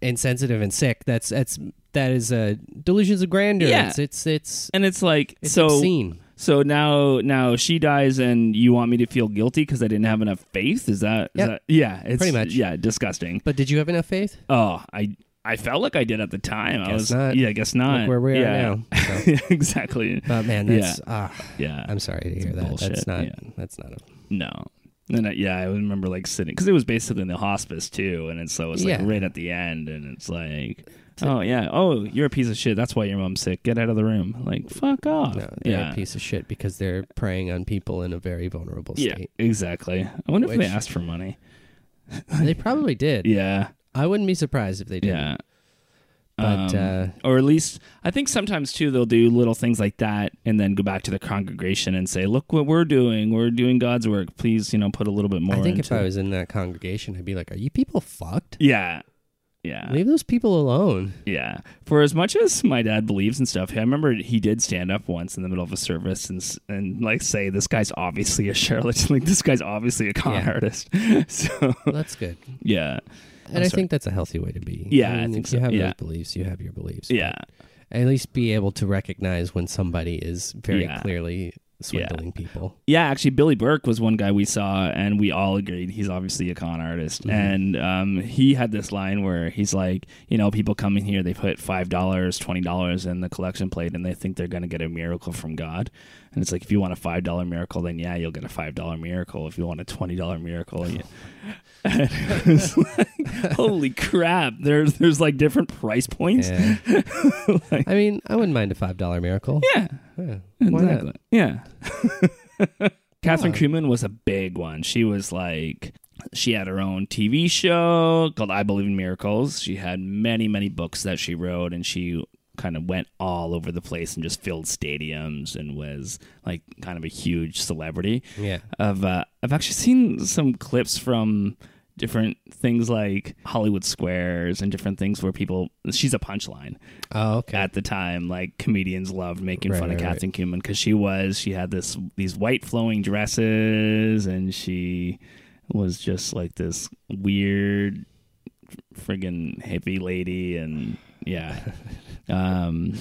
Speaker 2: insensitive and sick. That's that's that is uh, delusions of grandeur.
Speaker 1: Yeah.
Speaker 2: It's it's it's,
Speaker 1: And it's like
Speaker 2: it's
Speaker 1: so.
Speaker 2: obscene.
Speaker 1: So now now she dies, and you want me to feel guilty because I didn't have enough faith? Is that, is
Speaker 2: Yep.
Speaker 1: that yeah? It's
Speaker 2: Pretty much.
Speaker 1: yeah, disgusting.
Speaker 2: But did you have enough faith?
Speaker 1: Oh, I I felt like I did at the time. I
Speaker 2: Guess
Speaker 1: was
Speaker 2: not.
Speaker 1: yeah, I guess not.
Speaker 2: Look where we are
Speaker 1: yeah.
Speaker 2: now, so.
Speaker 1: exactly.
Speaker 2: But man,
Speaker 1: Uh, Yeah.
Speaker 2: that's ah,
Speaker 1: yeah.
Speaker 2: I'm sorry to hear that.
Speaker 1: bullshit,
Speaker 2: That's not
Speaker 1: yeah.
Speaker 2: that's not a
Speaker 1: No. And I, yeah, I remember like sitting because it was basically in the hospice too, and it's so it's like
Speaker 2: Yeah.
Speaker 1: right at the end, and it's like, oh yeah, oh you're a piece of shit. That's why your mom's sick. Get out of the room. Like fuck off.
Speaker 2: no, they're
Speaker 1: yeah,
Speaker 2: a piece of shit because they're preying on people in a very vulnerable
Speaker 1: yeah,
Speaker 2: state.
Speaker 1: exactly. I wonder if
Speaker 2: Which-
Speaker 1: they asked for money.
Speaker 2: they probably did.
Speaker 1: Yeah,
Speaker 2: I wouldn't be surprised if they did.
Speaker 1: yeah. um,
Speaker 2: But uh,
Speaker 1: or at least I think sometimes too they'll do little things like that and then go back to the congregation and say, look what we're doing. We're doing God's work. Please, you know, put a little bit more.
Speaker 2: I think if
Speaker 1: into
Speaker 2: I was in that congregation, I'd be like, "Are you people fucked?
Speaker 1: yeah, yeah.
Speaker 2: Leave those people alone."
Speaker 1: Yeah. For as much as my dad believes in stuff, I remember he did stand up once in the middle of a service and s- and like say, "This guy's obviously a charlatan. Like this guy's obviously a con
Speaker 2: Yeah.
Speaker 1: artist." So
Speaker 2: That's good.
Speaker 1: yeah,
Speaker 2: And i think that's a healthy way to be.
Speaker 1: Yeah,
Speaker 2: I,
Speaker 1: I
Speaker 2: mean,
Speaker 1: think
Speaker 2: if you
Speaker 1: so,
Speaker 2: have
Speaker 1: yeah.
Speaker 2: those beliefs, you have your beliefs.
Speaker 1: yeah,
Speaker 2: At least be able to recognize when somebody is very
Speaker 1: Yeah.
Speaker 2: clearly swindling people.
Speaker 1: yeah. Actually, Billy Burke was one guy we saw, and we all agreed he's obviously a con artist. And um, he had this line where he's like, you know, people come in here, they put five dollars, twenty dollars in the collection plate, and they think they're going to get a miracle from God. And it's like, if you want a five dollar miracle, then yeah, you'll get a five dollar miracle. If you want a twenty dollar miracle, you, It's like, holy crap! There's there's like different price points. Yeah,
Speaker 2: Yeah. I mean, I wouldn't mind a five dollar miracle.
Speaker 1: yeah.
Speaker 2: Why not?
Speaker 1: exactly. Yeah. Catherine Kuhlman was a big one. She was like she had her own TV show called I Believe in Miracles. She had many many books that she wrote, and she kind of went all over the place and just filled stadiums and was like kind of a huge celebrity.
Speaker 2: Yeah.
Speaker 1: Of uh, I've actually seen some clips from different things like Hollywood Squares and different things where people she's a punchline
Speaker 2: Oh, okay.
Speaker 1: at the time, like comedians loved making
Speaker 2: Right,
Speaker 1: fun of
Speaker 2: right, right.
Speaker 1: Catherine Kuhlman because she was she had this these white flowing dresses and she was just like this weird friggin' hippie lady and yeah, um,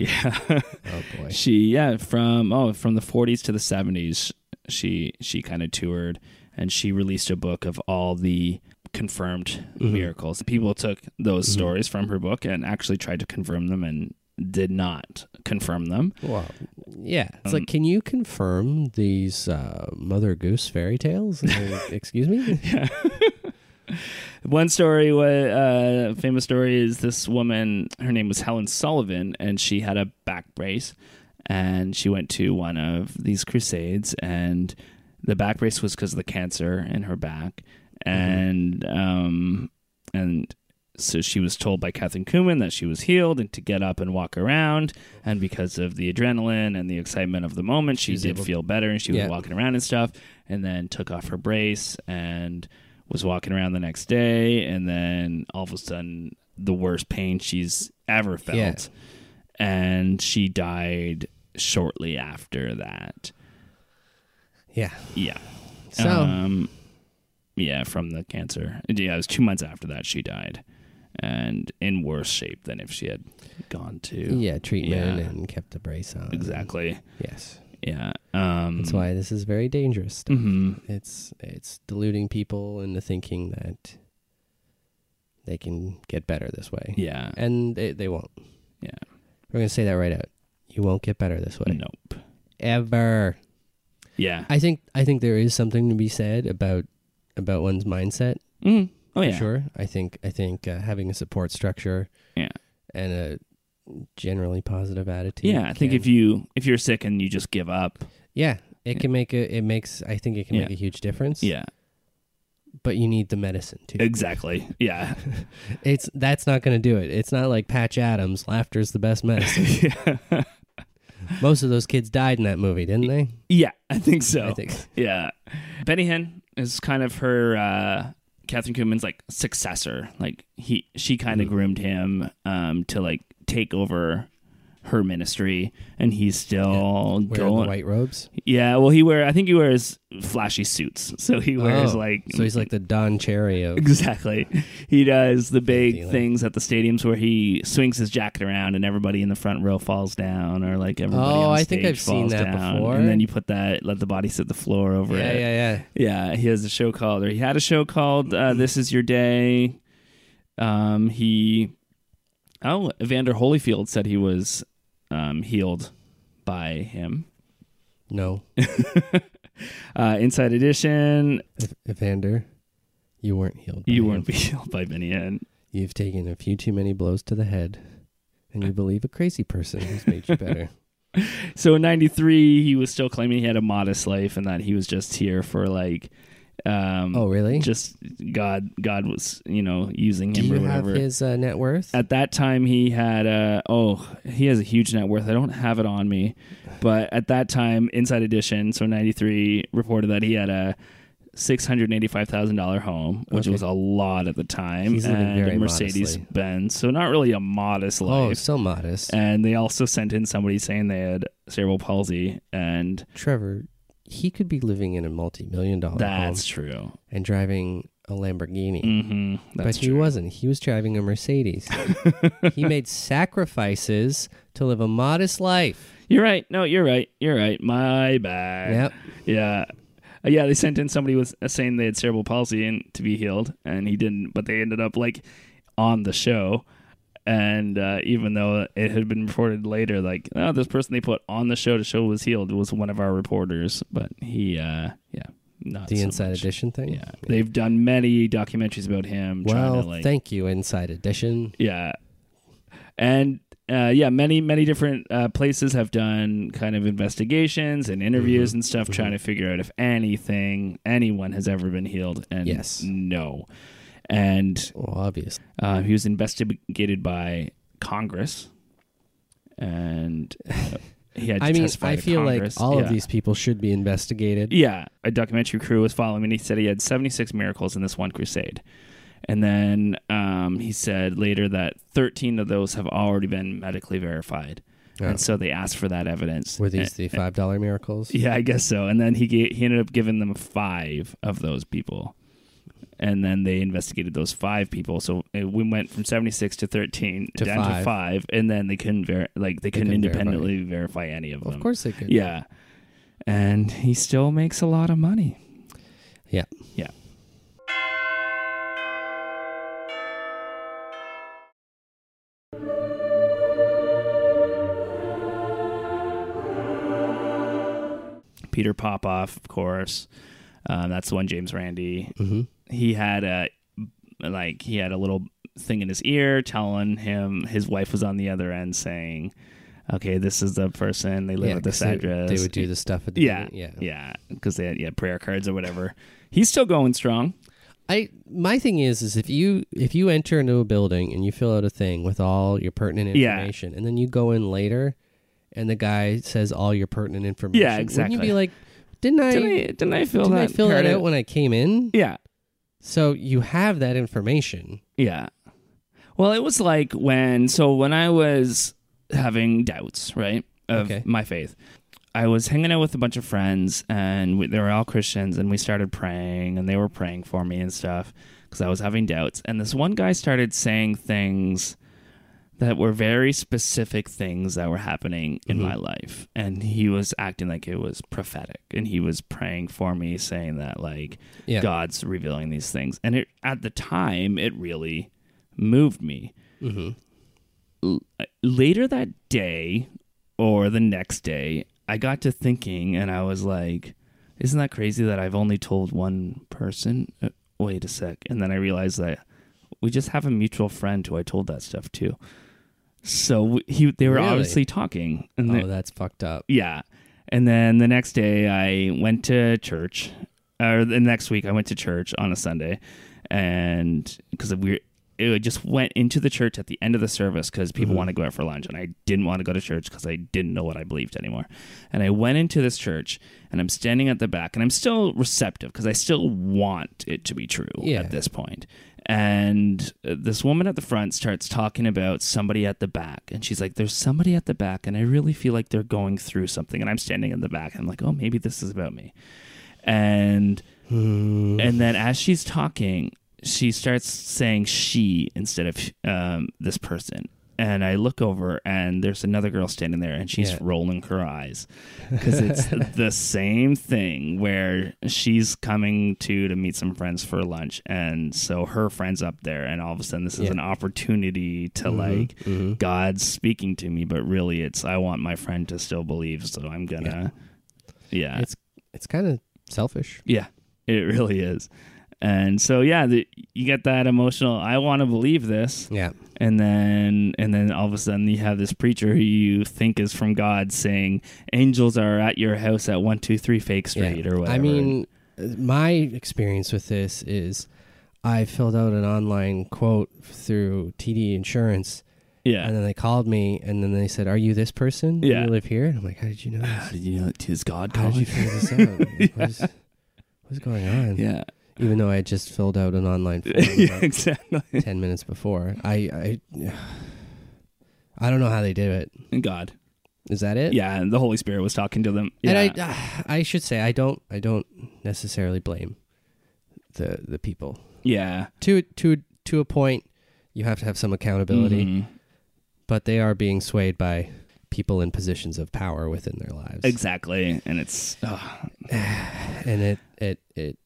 Speaker 1: yeah.
Speaker 2: oh boy.
Speaker 1: She yeah from oh from the 40s to the 70s she she kind of toured and she released a book of all the confirmed miracles. People took those stories from her book and actually tried to confirm them and did not confirm them.
Speaker 2: Well, yeah. It's
Speaker 1: Um,
Speaker 2: like, can you confirm these uh, Mother Goose fairy tales? And they're like, Excuse me.
Speaker 1: One story, wa- uh, famous story, is this woman. Her name was Helen Sullivan, and she had a back brace, and she went to one of these crusades, and the back brace was because of the cancer in her back, and um, and so she was told by Kathleen Kuhlman that she was healed and to get up and walk around. And because of the adrenaline and the excitement of the moment, she, did feel better and she
Speaker 2: Yeah.
Speaker 1: was walking around and stuff. And then took off her brace and was walking around the next day. And then all of a sudden, the worst pain she's ever felt.
Speaker 2: Yeah.
Speaker 1: And she died shortly after that.
Speaker 2: Yeah.
Speaker 1: Yeah.
Speaker 2: So-
Speaker 1: um, yeah, from the cancer. Yeah, it was two months after that she died, and in worse shape than if she had gone to
Speaker 2: Yeah, treatment
Speaker 1: Yeah.
Speaker 2: and kept the brace on.
Speaker 1: exactly.
Speaker 2: Yes.
Speaker 1: Yeah, um,
Speaker 2: That's why this is very dangerous. Stuff.
Speaker 1: Mm-hmm.
Speaker 2: It's it's deluding people into thinking that they can get better this way.
Speaker 1: Yeah,
Speaker 2: And they, they won't.
Speaker 1: yeah.
Speaker 2: We're going to say that right out. You won't get better this way.
Speaker 1: Nope.
Speaker 2: Ever.
Speaker 1: Yeah.
Speaker 2: I think I think there is something to be said about about one's mindset.
Speaker 1: mm. Oh
Speaker 2: for
Speaker 1: yeah.
Speaker 2: Sure. I think I think uh, having a support structure
Speaker 1: Yeah.
Speaker 2: and a generally positive attitude.
Speaker 1: Yeah, I think
Speaker 2: can-
Speaker 1: if you if you're sick and you just give up,
Speaker 2: Yeah, it can make a it makes I think it can make
Speaker 1: Yeah.
Speaker 2: a huge difference.
Speaker 1: yeah,
Speaker 2: But you need the medicine too.
Speaker 1: exactly, yeah,
Speaker 2: It's that's not going to do it. It's not like Patch Adams, laughter's the best medicine. Most of those kids died in that movie, didn't they?
Speaker 1: yeah, I think so.
Speaker 2: I think
Speaker 1: Yeah. Benny Hinn is kind of her uh Catherine Kuhlman's like successor. Like he she kind
Speaker 2: Mm.
Speaker 1: of groomed him um to like take over her ministry and he's still
Speaker 2: wearing the
Speaker 1: going
Speaker 2: white robes.
Speaker 1: Yeah, well he wear I think he wears flashy suits. So he wears
Speaker 2: Oh,
Speaker 1: like
Speaker 2: So he's like the Don Cherry of
Speaker 1: Exactly. He does the big
Speaker 2: Dealing.
Speaker 1: things at the stadiums where he swings his jacket around and everybody in the front row falls down or like everybody
Speaker 2: Oh,
Speaker 1: on
Speaker 2: I think
Speaker 1: stage
Speaker 2: I've seen
Speaker 1: falls
Speaker 2: that
Speaker 1: down.
Speaker 2: before.
Speaker 1: And then you put that let the body sit the floor over
Speaker 2: Yeah,
Speaker 1: it.
Speaker 2: yeah, yeah.
Speaker 1: Yeah, he has a show called, or he had a show called uh,
Speaker 2: Mm-hmm.
Speaker 1: "This Is Your Day." Um, he, oh, Evander Holyfield said he was um, healed by him.
Speaker 2: No.
Speaker 1: Uh, Inside Edition,
Speaker 2: Ev- Evander, you weren't healed. by
Speaker 1: you
Speaker 2: him.
Speaker 1: weren't healed by Benny Hinn.
Speaker 2: You've taken a few too many blows to the head. And you believe a crazy person who's made you better.
Speaker 1: So in '93, he was still claiming he had a modest life and that he was just here for like, um,
Speaker 2: Oh, really?
Speaker 1: just God. God was, you know, using
Speaker 2: Do
Speaker 1: him
Speaker 2: you
Speaker 1: or
Speaker 2: have
Speaker 1: whatever.
Speaker 2: his uh, net worth?
Speaker 1: at that time he had uh oh he has a huge net worth i don't have it on me but at that time inside edition so 93 reported that he had a $685,000 home, which
Speaker 2: Okay.
Speaker 1: was a lot at the time,
Speaker 2: He's living
Speaker 1: and
Speaker 2: very
Speaker 1: a Mercedes
Speaker 2: modestly.
Speaker 1: Benz. So, not really a modest
Speaker 2: oh,
Speaker 1: life.
Speaker 2: so modest.
Speaker 1: and they also sent in somebody saying they had cerebral palsy, and
Speaker 2: Trevor, he could be living in a multi-million dollar
Speaker 1: that's
Speaker 2: home
Speaker 1: true.
Speaker 2: and driving a Lamborghini.
Speaker 1: hmm
Speaker 2: but
Speaker 1: That's
Speaker 2: he
Speaker 1: true.
Speaker 2: wasn't. He was driving a Mercedes. he made sacrifices to live a modest life.
Speaker 1: You're right. No, you're right. You're right. My bad.
Speaker 2: Yep.
Speaker 1: Yeah. Uh, yeah, they sent in somebody with uh, saying they had cerebral palsy and to be healed, and he didn't. But they ended up like on the show, and uh, even though it had been reported later, like oh, this person they put on the show to show was healed was one of our reporters, but he, uh, yeah, not
Speaker 2: The
Speaker 1: so
Speaker 2: Inside
Speaker 1: much.
Speaker 2: Edition thing.
Speaker 1: Yeah, they've done many documentaries about him. trying
Speaker 2: Well,
Speaker 1: to, like,
Speaker 2: thank you, Inside Edition.
Speaker 1: yeah. And uh, yeah, many many different uh, places have done kind of investigations and interviews
Speaker 2: Mm-hmm.
Speaker 1: and stuff, trying to figure out if anything, anyone has ever been healed. And
Speaker 2: Yes.
Speaker 1: no. And
Speaker 2: Well, obviously.
Speaker 1: uh, he was investigated by Congress, and uh, he had. To
Speaker 2: I mean,
Speaker 1: testify
Speaker 2: I
Speaker 1: to
Speaker 2: feel
Speaker 1: Congress.
Speaker 2: like all
Speaker 1: Yeah.
Speaker 2: of these people should be investigated.
Speaker 1: Yeah, a documentary crew was following him, and he said he had 76 miracles in this one crusade. And then um, he said later that 13 of those have already been medically verified.
Speaker 2: Oh.
Speaker 1: And so they asked for that evidence.
Speaker 2: Were these
Speaker 1: And-
Speaker 2: the five dollar miracles?
Speaker 1: yeah, I guess so. And then he ga- he ended up giving them five of those people, and then they investigated those five people. So it, we went from seventy six to thirteen
Speaker 2: To
Speaker 1: down
Speaker 2: five.
Speaker 1: to five, and then they couldn't ver- like they, couldn't
Speaker 2: couldn't
Speaker 1: independently verify, any of
Speaker 2: Of
Speaker 1: them.
Speaker 2: course they could.
Speaker 1: Yeah, and he still makes a lot of money.
Speaker 2: Yeah.
Speaker 1: Yeah. Peter Popoff, of course. Um, that's the one James Randy.
Speaker 2: Mm-hmm.
Speaker 1: He had a like he had a little thing in his ear telling him his wife was on the other end saying, "Okay, this is the person. They live at
Speaker 2: 'cause
Speaker 1: this
Speaker 2: they-
Speaker 1: address."
Speaker 2: They would do the stuff at the
Speaker 1: yeah,
Speaker 2: beginning,
Speaker 1: yeah, yeah, because they had yeah prayer cards or whatever. He's still going strong.
Speaker 2: I my thing is is if you if you enter into a building and you fill out a thing with all your pertinent
Speaker 1: Yeah.
Speaker 2: information and then you go in later and the guy says all your pertinent information, Wouldn't
Speaker 1: exactly.
Speaker 2: you be like, didn't I?
Speaker 1: Didn't I, didn't I fill
Speaker 2: didn't
Speaker 1: that?
Speaker 2: I fill that
Speaker 1: part
Speaker 2: out when I came in?
Speaker 1: Yeah,
Speaker 2: So you have that information.
Speaker 1: yeah. Well, it was like when so when I was having doubts, right, of
Speaker 2: Okay.
Speaker 1: my faith. I was hanging out with a bunch of friends, and we, they were all Christians, and we started praying, and they were praying for me and stuff because I was having doubts. And this one guy started saying things that were very specific things that were happening in
Speaker 2: Mm-hmm.
Speaker 1: my life, and he was acting like it was prophetic, and he was praying for me, saying that like
Speaker 2: Yeah.
Speaker 1: God's revealing these things. And it at the time, it really moved me
Speaker 2: Mm-hmm.
Speaker 1: later that day or the next day, I got to thinking and I was like, isn't that crazy that I've only told one person? Uh, wait a sec. And then I realized that we just have a mutual friend who I told that stuff to. So we- he, they were
Speaker 2: Really?
Speaker 1: obviously talking. And they-
Speaker 2: Oh, that's fucked up.
Speaker 1: yeah. And then the next day I went to church, or the next week I went to church on a Sunday, and because we it just went into the church at the end of the service because people want to go out for lunch, and I didn't want to go to church because I didn't know what I believed anymore. And I went into this church, and I'm standing at the back, and I'm still receptive because I still want it to be true
Speaker 2: Yeah.
Speaker 1: at this point. And uh, this woman at the front starts talking about somebody at the back. And she's like, There's somebody at the back. And I really feel like they're going through something. And I'm standing in the back. And I'm like, Oh, maybe this is about me. And
Speaker 2: Hmm.
Speaker 1: and then as she's talking, she starts saying she instead of um, this person. And I look over, and there's another girl standing there, and she's
Speaker 2: Yeah.
Speaker 1: rolling her eyes because it's the same thing where she's coming to to meet some friends for lunch, and so her friends up there, and all of a sudden this is
Speaker 2: Yeah. Mm-hmm.
Speaker 1: an opportunity to like God's speaking to me, but really it's I want my friend to still believe, so I'm gonna, yeah,
Speaker 2: It's it's kind of selfish.
Speaker 1: yeah, it really is. And so yeah, the, you get that emotional. I want to believe this,
Speaker 2: Yeah.
Speaker 1: and then and then all of a sudden you have this preacher who you think is from God saying angels are at your house at one two three Fake Street or whatever.
Speaker 2: I mean, my experience with this is I filled out an online quote through TD Insurance,
Speaker 1: yeah.
Speaker 2: and then they called me, and then they said, "Are you this person? Do
Speaker 1: Yeah.
Speaker 2: you live here?" And I'm like, "How did you know
Speaker 1: How
Speaker 2: this?
Speaker 1: did you know it is God
Speaker 2: How did you
Speaker 1: calling?
Speaker 2: figure this out? Like, what's, what's going on?"
Speaker 1: Yeah,
Speaker 2: Even though I had just filled out an online form
Speaker 1: yeah,
Speaker 2: about
Speaker 1: exactly.
Speaker 2: ten minutes before, I I I don't know how they did it.
Speaker 1: God,
Speaker 2: Is that it?
Speaker 1: yeah, and the Holy Spirit was talking to them. Yeah,
Speaker 2: And I, I should say I don't, I don't necessarily blame the the people.
Speaker 1: yeah,
Speaker 2: To to to a point, you have to have some accountability,
Speaker 1: Mhm.
Speaker 2: but they are being swayed by people in positions of power within their lives,
Speaker 1: exactly. And it's ugh.
Speaker 2: and it it it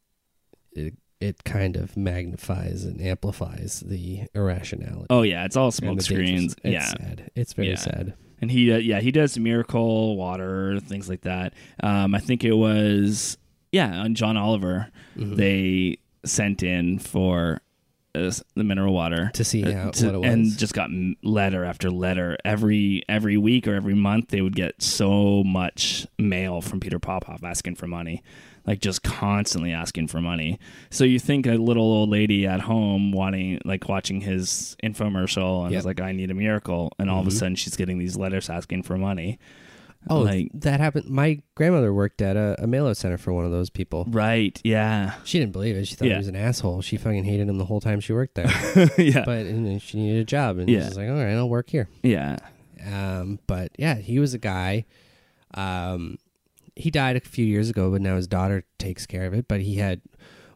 Speaker 2: it it kind of magnifies and amplifies the irrationality.
Speaker 1: oh yeah, it's all
Speaker 2: and
Speaker 1: smoke
Speaker 2: the dangers.
Speaker 1: screens.
Speaker 2: It's
Speaker 1: Yeah,
Speaker 2: sad. It's very
Speaker 1: Yeah.
Speaker 2: sad.
Speaker 1: and he uh, yeah he does miracle water things like that um i think it was yeah on john oliver they sent in for uh, s- the mineral water Uh,
Speaker 2: To see how- what it
Speaker 1: and
Speaker 2: was.
Speaker 1: just got m- letter after letter every every week or every month they would get so much mail from peter popoff asking for money like just constantly asking for money so you think a little old lady at home wanting like watching his infomercial and
Speaker 2: Yep. Mm-hmm.
Speaker 1: is like i need a miracle and all of a sudden she's getting these letters asking for money
Speaker 2: Oh,
Speaker 1: Like-
Speaker 2: that happened. My grandmother worked at a, a mail-out center for one of those people.
Speaker 1: right yeah
Speaker 2: She didn't believe it. She thought
Speaker 1: Yeah.
Speaker 2: he was an asshole. She fucking hated him the whole time she worked there.
Speaker 1: yeah
Speaker 2: but and then she needed a job, and
Speaker 1: Yeah.
Speaker 2: she's like, "All right, I'll work here."
Speaker 1: yeah
Speaker 2: Um, but yeah, he was a guy. Um, he died a few years ago, but now his daughter takes care of it. But he had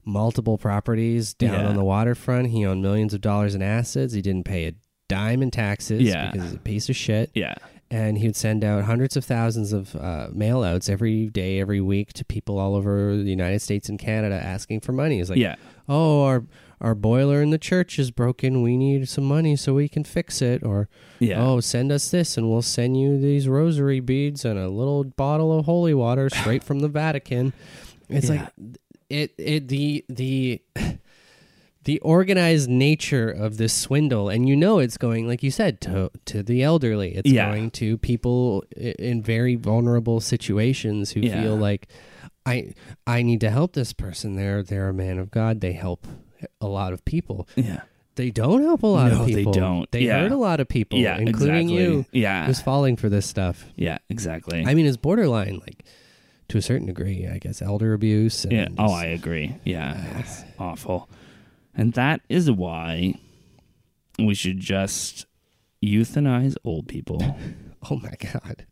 Speaker 2: multiple properties down
Speaker 1: Yeah.
Speaker 2: on the waterfront. He owned millions of dollars in assets. He didn't pay a dime in taxes
Speaker 1: Yeah.
Speaker 2: because he's a piece of shit.
Speaker 1: yeah
Speaker 2: And he would send out hundreds of thousands of uh, mail outs every day, every week to people all over the United States and Canada asking for money. He's like,
Speaker 1: yeah
Speaker 2: oh our our boiler in the church is broken we need some money so we can fix it or
Speaker 1: Yeah.
Speaker 2: oh send us this and we'll send you these rosary beads and a little bottle of holy water straight from the vatican it's like it it the the the organized nature of this swindle and you know it's going like you said to to the elderly it's
Speaker 1: Yeah.
Speaker 2: going to people i- in very vulnerable situations who
Speaker 1: Yeah.
Speaker 2: feel like i i need to help this person they're they're a man of god they help a lot of people.
Speaker 1: Yeah.
Speaker 2: They don't help a lot
Speaker 1: No,
Speaker 2: of
Speaker 1: they
Speaker 2: people.
Speaker 1: don't.
Speaker 2: They
Speaker 1: Yeah.
Speaker 2: hurt a lot of people,
Speaker 1: Yeah,
Speaker 2: including
Speaker 1: exactly.
Speaker 2: you.
Speaker 1: Yeah.
Speaker 2: who's falling for this stuff.
Speaker 1: Yeah, exactly.
Speaker 2: I mean, it's borderline, like to a certain degree, I guess, elder abuse. And
Speaker 1: yeah. Oh, I agree. Yeah. It's awful. And that is why we should just euthanize old people.
Speaker 2: oh my god.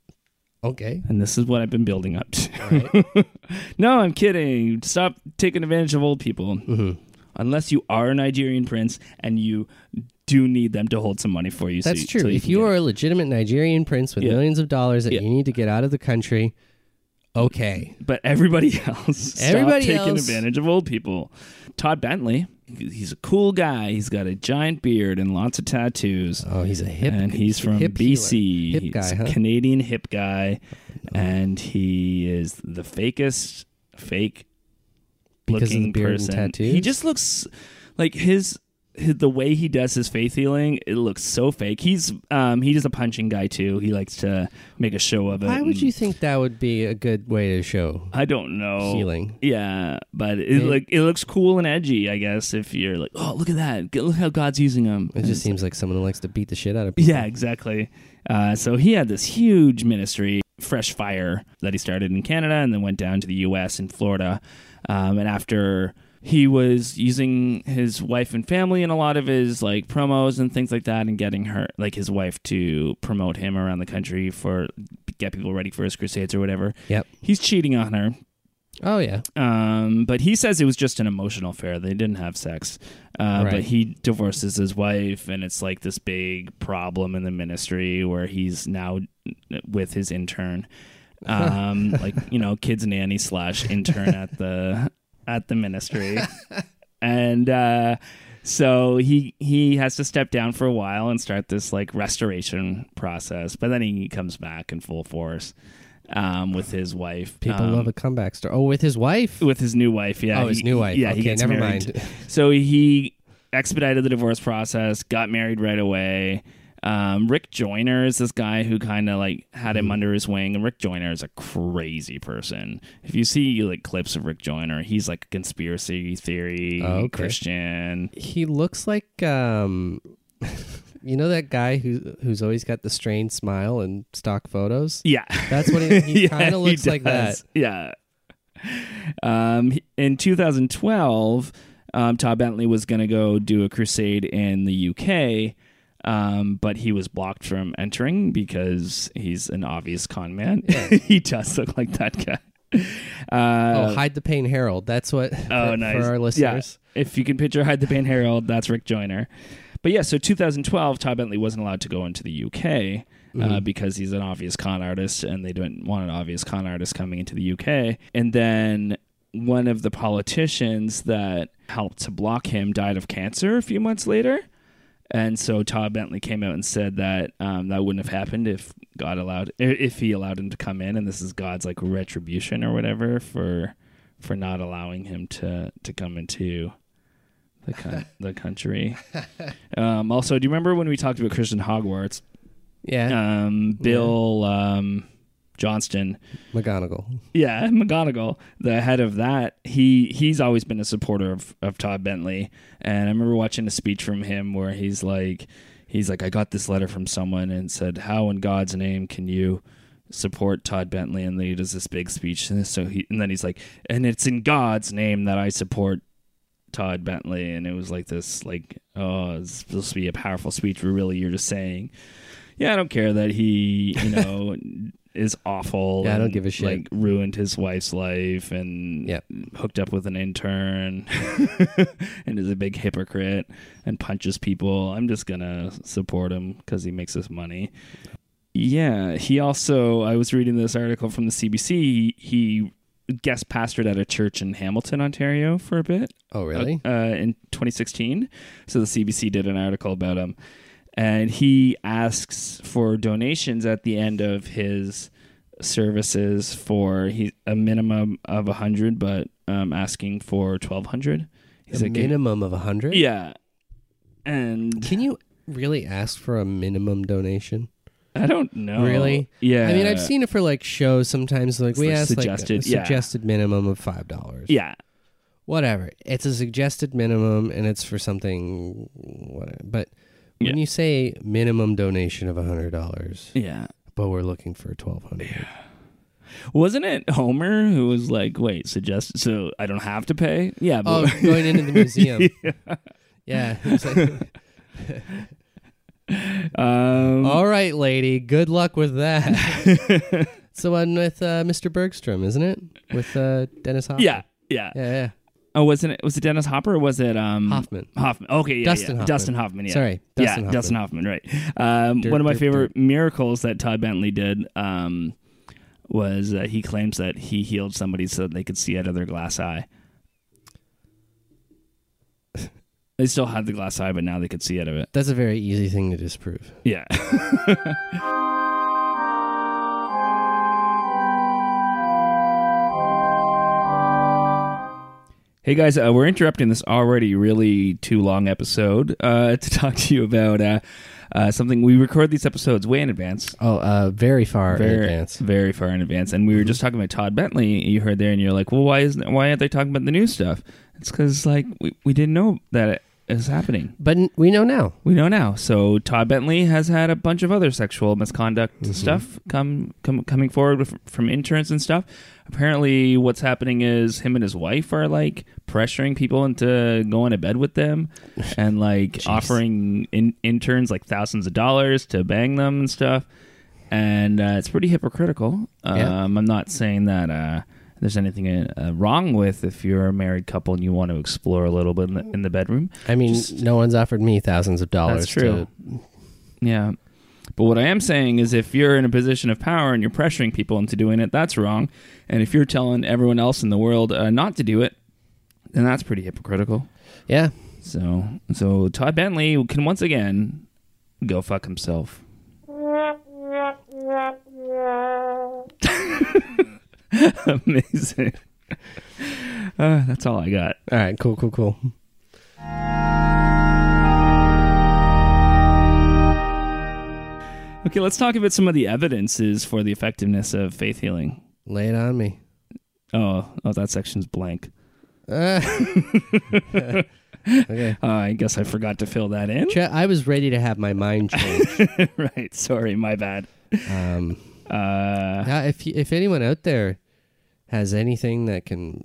Speaker 2: Okay.
Speaker 1: And this is what I've been building up to. no, I'm kidding. Stop taking advantage of old people.
Speaker 2: Mm-hmm.
Speaker 1: Unless you are a Nigerian prince and you do need them to hold some money for you. so
Speaker 2: That's
Speaker 1: you-
Speaker 2: true.
Speaker 1: so
Speaker 2: if
Speaker 1: can
Speaker 2: you
Speaker 1: get-
Speaker 2: are a legitimate Nigerian prince with
Speaker 1: Yeah.
Speaker 2: millions of dollars that
Speaker 1: Yeah.
Speaker 2: you need to get out of the country, okay.
Speaker 1: but everybody else, stop
Speaker 2: Everybody
Speaker 1: taking
Speaker 2: else-
Speaker 1: advantage of old people. Todd Bentley, he's a cool guy. He's got a giant beard and lots of tattoos.
Speaker 2: Oh, he's a hip
Speaker 1: and he's from
Speaker 2: hip healer.
Speaker 1: BC.
Speaker 2: Hip
Speaker 1: he's
Speaker 2: guy,
Speaker 1: a
Speaker 2: huh?
Speaker 1: Canadian hip guy, and he is the fakest fake
Speaker 2: Because of the
Speaker 1: looking
Speaker 2: beard and
Speaker 1: person.
Speaker 2: tattoos?
Speaker 1: He just looks like his, his the way he does his faith healing. It looks so fake. He's um he's a punching guy too. He likes to make a show of it.
Speaker 2: Why would
Speaker 1: and-
Speaker 2: you think that would be a good way to show?
Speaker 1: I don't know
Speaker 2: Healing.
Speaker 1: Yeah, but it
Speaker 2: Yeah.
Speaker 1: like it looks cool and edgy. I guess if you're like, oh, look at that, G- look how God's using him.
Speaker 2: It just seems like someone who likes to beat the shit out of people.
Speaker 1: Yeah, exactly. Uh, so he had this huge ministry, Fresh Fire, that he started in Canada and then went down to the U.S. in Florida. Um, and after he was using his wife and family in a lot of his like promos and things like that, and getting her like his wife to promote him around the country for get people ready for his crusades or whatever.
Speaker 2: Yep.
Speaker 1: He's cheating on her.
Speaker 2: Oh yeah.
Speaker 1: Um, but he says it was just an emotional affair. They didn't have sex. Uh, But
Speaker 2: Right.
Speaker 1: he divorces his wife, and it's like this big problem in the ministry where he's now with his intern, um, like you know, kids nanny slash intern at the at the ministry, and uh, so he he has to step down for a while and start this like restoration process. But then he comes back in full force. Um, with his wife,
Speaker 2: People
Speaker 1: Um,
Speaker 2: love a comeback story. Oh, with his wife.
Speaker 1: with his new wife. Yeah.
Speaker 2: Oh, his
Speaker 1: He-
Speaker 2: new wife.
Speaker 1: Yeah. he
Speaker 2: Okay,
Speaker 1: gets
Speaker 2: never
Speaker 1: married.
Speaker 2: mind.
Speaker 1: so he expedited the divorce process, got married right away. Um, Rick Joyner is this guy who kind of like had
Speaker 2: Mm-hmm.
Speaker 1: him under his wing, and Rick Joyner is a crazy person. If you see like clips of Rick Joyner, he's like a conspiracy theory
Speaker 2: Oh, okay.
Speaker 1: Christian.
Speaker 2: He looks like um, you know that guy who who's always got the strained smile in stock photos.
Speaker 1: Yeah,
Speaker 2: That's what he- he kinda
Speaker 1: he
Speaker 2: looks like that.
Speaker 1: does. Yeah. Um, he- in 2012, um, Todd Bentley was going to go do a crusade in the UK, um, but he was blocked from entering because he's an obvious con man. he does look like that guy. Uh,
Speaker 2: oh, hide the pain, Harold. That's what.
Speaker 1: Oh,
Speaker 2: for,
Speaker 1: nice.
Speaker 2: for our listeners.
Speaker 1: Yeah. If you can picture Hide the Pain Herald, that's Rick Joyner. But yeah, so 2012, Todd Bentley wasn't allowed to go into the UK uh,
Speaker 2: Mm-hmm.
Speaker 1: because he's an obvious con artist and they didn't want an obvious con artist coming into the UK. And then one of the politicians that helped to block him died of cancer a few months later. And so Todd Bentley came out and said that um, that wouldn't have happened if God allowed, i- if he allowed him to come in, and this is God's like retribution or whatever for for not allowing him to to come into the coun the country. Um, also, do you remember when we talked about Christian Hogwarts?
Speaker 2: Yeah.
Speaker 1: Um, Bill um, Johnston,
Speaker 2: McGonagall.
Speaker 1: yeah, McGonagall, the head of that, he he's always been a supporter of, of Todd Bentley. And I remember watching a speech from him where he's like he's like, I got this letter from someone and said, How in God's name can you support Todd Bentley? And then he does this big speech and so he and then he's like, And it's in God's name that I support Todd Bentley and it was like this like oh it's supposed to be a powerful speech but really you're just saying yeah I don't care that he you know is awful
Speaker 2: Yeah, I don't
Speaker 1: and,
Speaker 2: give a shit.
Speaker 1: like ruined his wife's life and
Speaker 2: Yep.
Speaker 1: hooked up with an intern and is a big hypocrite and punches people I'm just gonna support him because he makes us money yeah, he also. I was reading this article from the CBC. He guest pastored at a church in Hamilton, Ontario, for a bit
Speaker 2: Oh, really?
Speaker 1: uh, in 2016. So the CBC did an article about him, and he asks for donations at the end of his services for he a minimum of a hundred, but um, asking for twelve hundred. He's
Speaker 2: a minimum of a hundred.
Speaker 1: yeah, and
Speaker 2: Can you really ask for a minimum donation?
Speaker 1: I don't know
Speaker 2: Really?
Speaker 1: Oh, Yeah,
Speaker 2: I mean, I've seen it for like shows sometimes. Like we
Speaker 1: like
Speaker 2: ask
Speaker 1: suggested,
Speaker 2: like a
Speaker 1: yeah.
Speaker 2: suggested minimum of five dollars.
Speaker 1: Yeah,
Speaker 2: whatever. It's a suggested minimum, and it's for something. Whatever. But when
Speaker 1: Yeah.
Speaker 2: you say minimum donation of hundred dollars,
Speaker 1: Yeah.
Speaker 2: but we're looking for twelve hundred,
Speaker 1: Wasn't it Homer who was like, "Wait, suggest so I don't have to pay?" Yeah,
Speaker 2: oh,
Speaker 1: but
Speaker 2: going into the museum, yeah. It's like,
Speaker 1: um,
Speaker 2: All right, lady. Good luck with that. it's the one with uh, Mr. Bergstrom, isn't it? With uh, Dennis Hoffman.
Speaker 1: yeah, yeah,
Speaker 2: Yeah, yeah.
Speaker 1: Oh, wasn't it? Was it Dennis Hopper? or Was it um
Speaker 2: Hoffman.
Speaker 1: Hoffman. Okay, yeah,
Speaker 2: Dustin
Speaker 1: yeah.
Speaker 2: Hoffman.
Speaker 1: Dustin Hoffman. Yeah.
Speaker 2: Sorry, Dustin
Speaker 1: yeah,
Speaker 2: Hoffman.
Speaker 1: Dustin Hoffman. Right. Um,
Speaker 2: Derp,
Speaker 1: one of my
Speaker 2: derp,
Speaker 1: favorite miracles that Todd Bentley did um, was uh, he claims that he healed somebody so that they could see out of their glass eye. they still had the glass eye, but now they could see out of it.
Speaker 2: That's a very easy thing to disprove.
Speaker 1: Yeah. hey guys, uh, we're interrupting this already really too long episode uh, to talk to you about uh, uh, something. We record these episodes way in advance.
Speaker 2: Oh, uh, very far in
Speaker 1: Very,
Speaker 2: advance. Mm-hmm.
Speaker 1: very far in advance, and we were just talking about Todd Bentley. You heard there, and you're like, "Well, why isn't why aren't they talking about the new stuff?" It's because like we, we didn't know that it is happening.
Speaker 2: But n- we know now.
Speaker 1: We know now. So Todd Bentley has had a bunch of other sexual misconduct stuff come, come coming forward with, from interns and stuff. Apparently, what's happening is him and his wife are like pressuring people into going to bed with them, and like offering in, interns like thousands of dollars to bang them and stuff. And uh, it's pretty hypocritical. Um,
Speaker 2: Yeah.
Speaker 1: I'm not saying that. Uh, there's anything uh, uh, wrong with if you're a married couple and you want to explore a little bit in the, in the bedroom.
Speaker 2: I mean, no one's offered me thousands of dollars.
Speaker 1: That's true. Yeah. But what I am saying is if you're in a position of power and you're pressuring people into doing it, that's wrong. And if you're telling everyone else in the world uh, not to do it, then that's pretty hypocritical.
Speaker 2: To, yeah.
Speaker 1: So, so Todd Bentley can once again go fuck himself. Amazing. Uh, that's all I got.
Speaker 2: All right. Cool. Cool. Cool.
Speaker 1: Okay, let's talk about some of the evidences for the effectiveness of faith healing.
Speaker 2: Lay it on me.
Speaker 1: Oh, oh, that section's blank.
Speaker 2: Uh, okay.
Speaker 1: Uh, I guess I forgot to fill that in.
Speaker 2: Ch- I was ready to have my mind changed.
Speaker 1: right. Sorry, my bad.
Speaker 2: Um,
Speaker 1: Uh,
Speaker 2: Yeah, if you, if anyone out there has anything that can,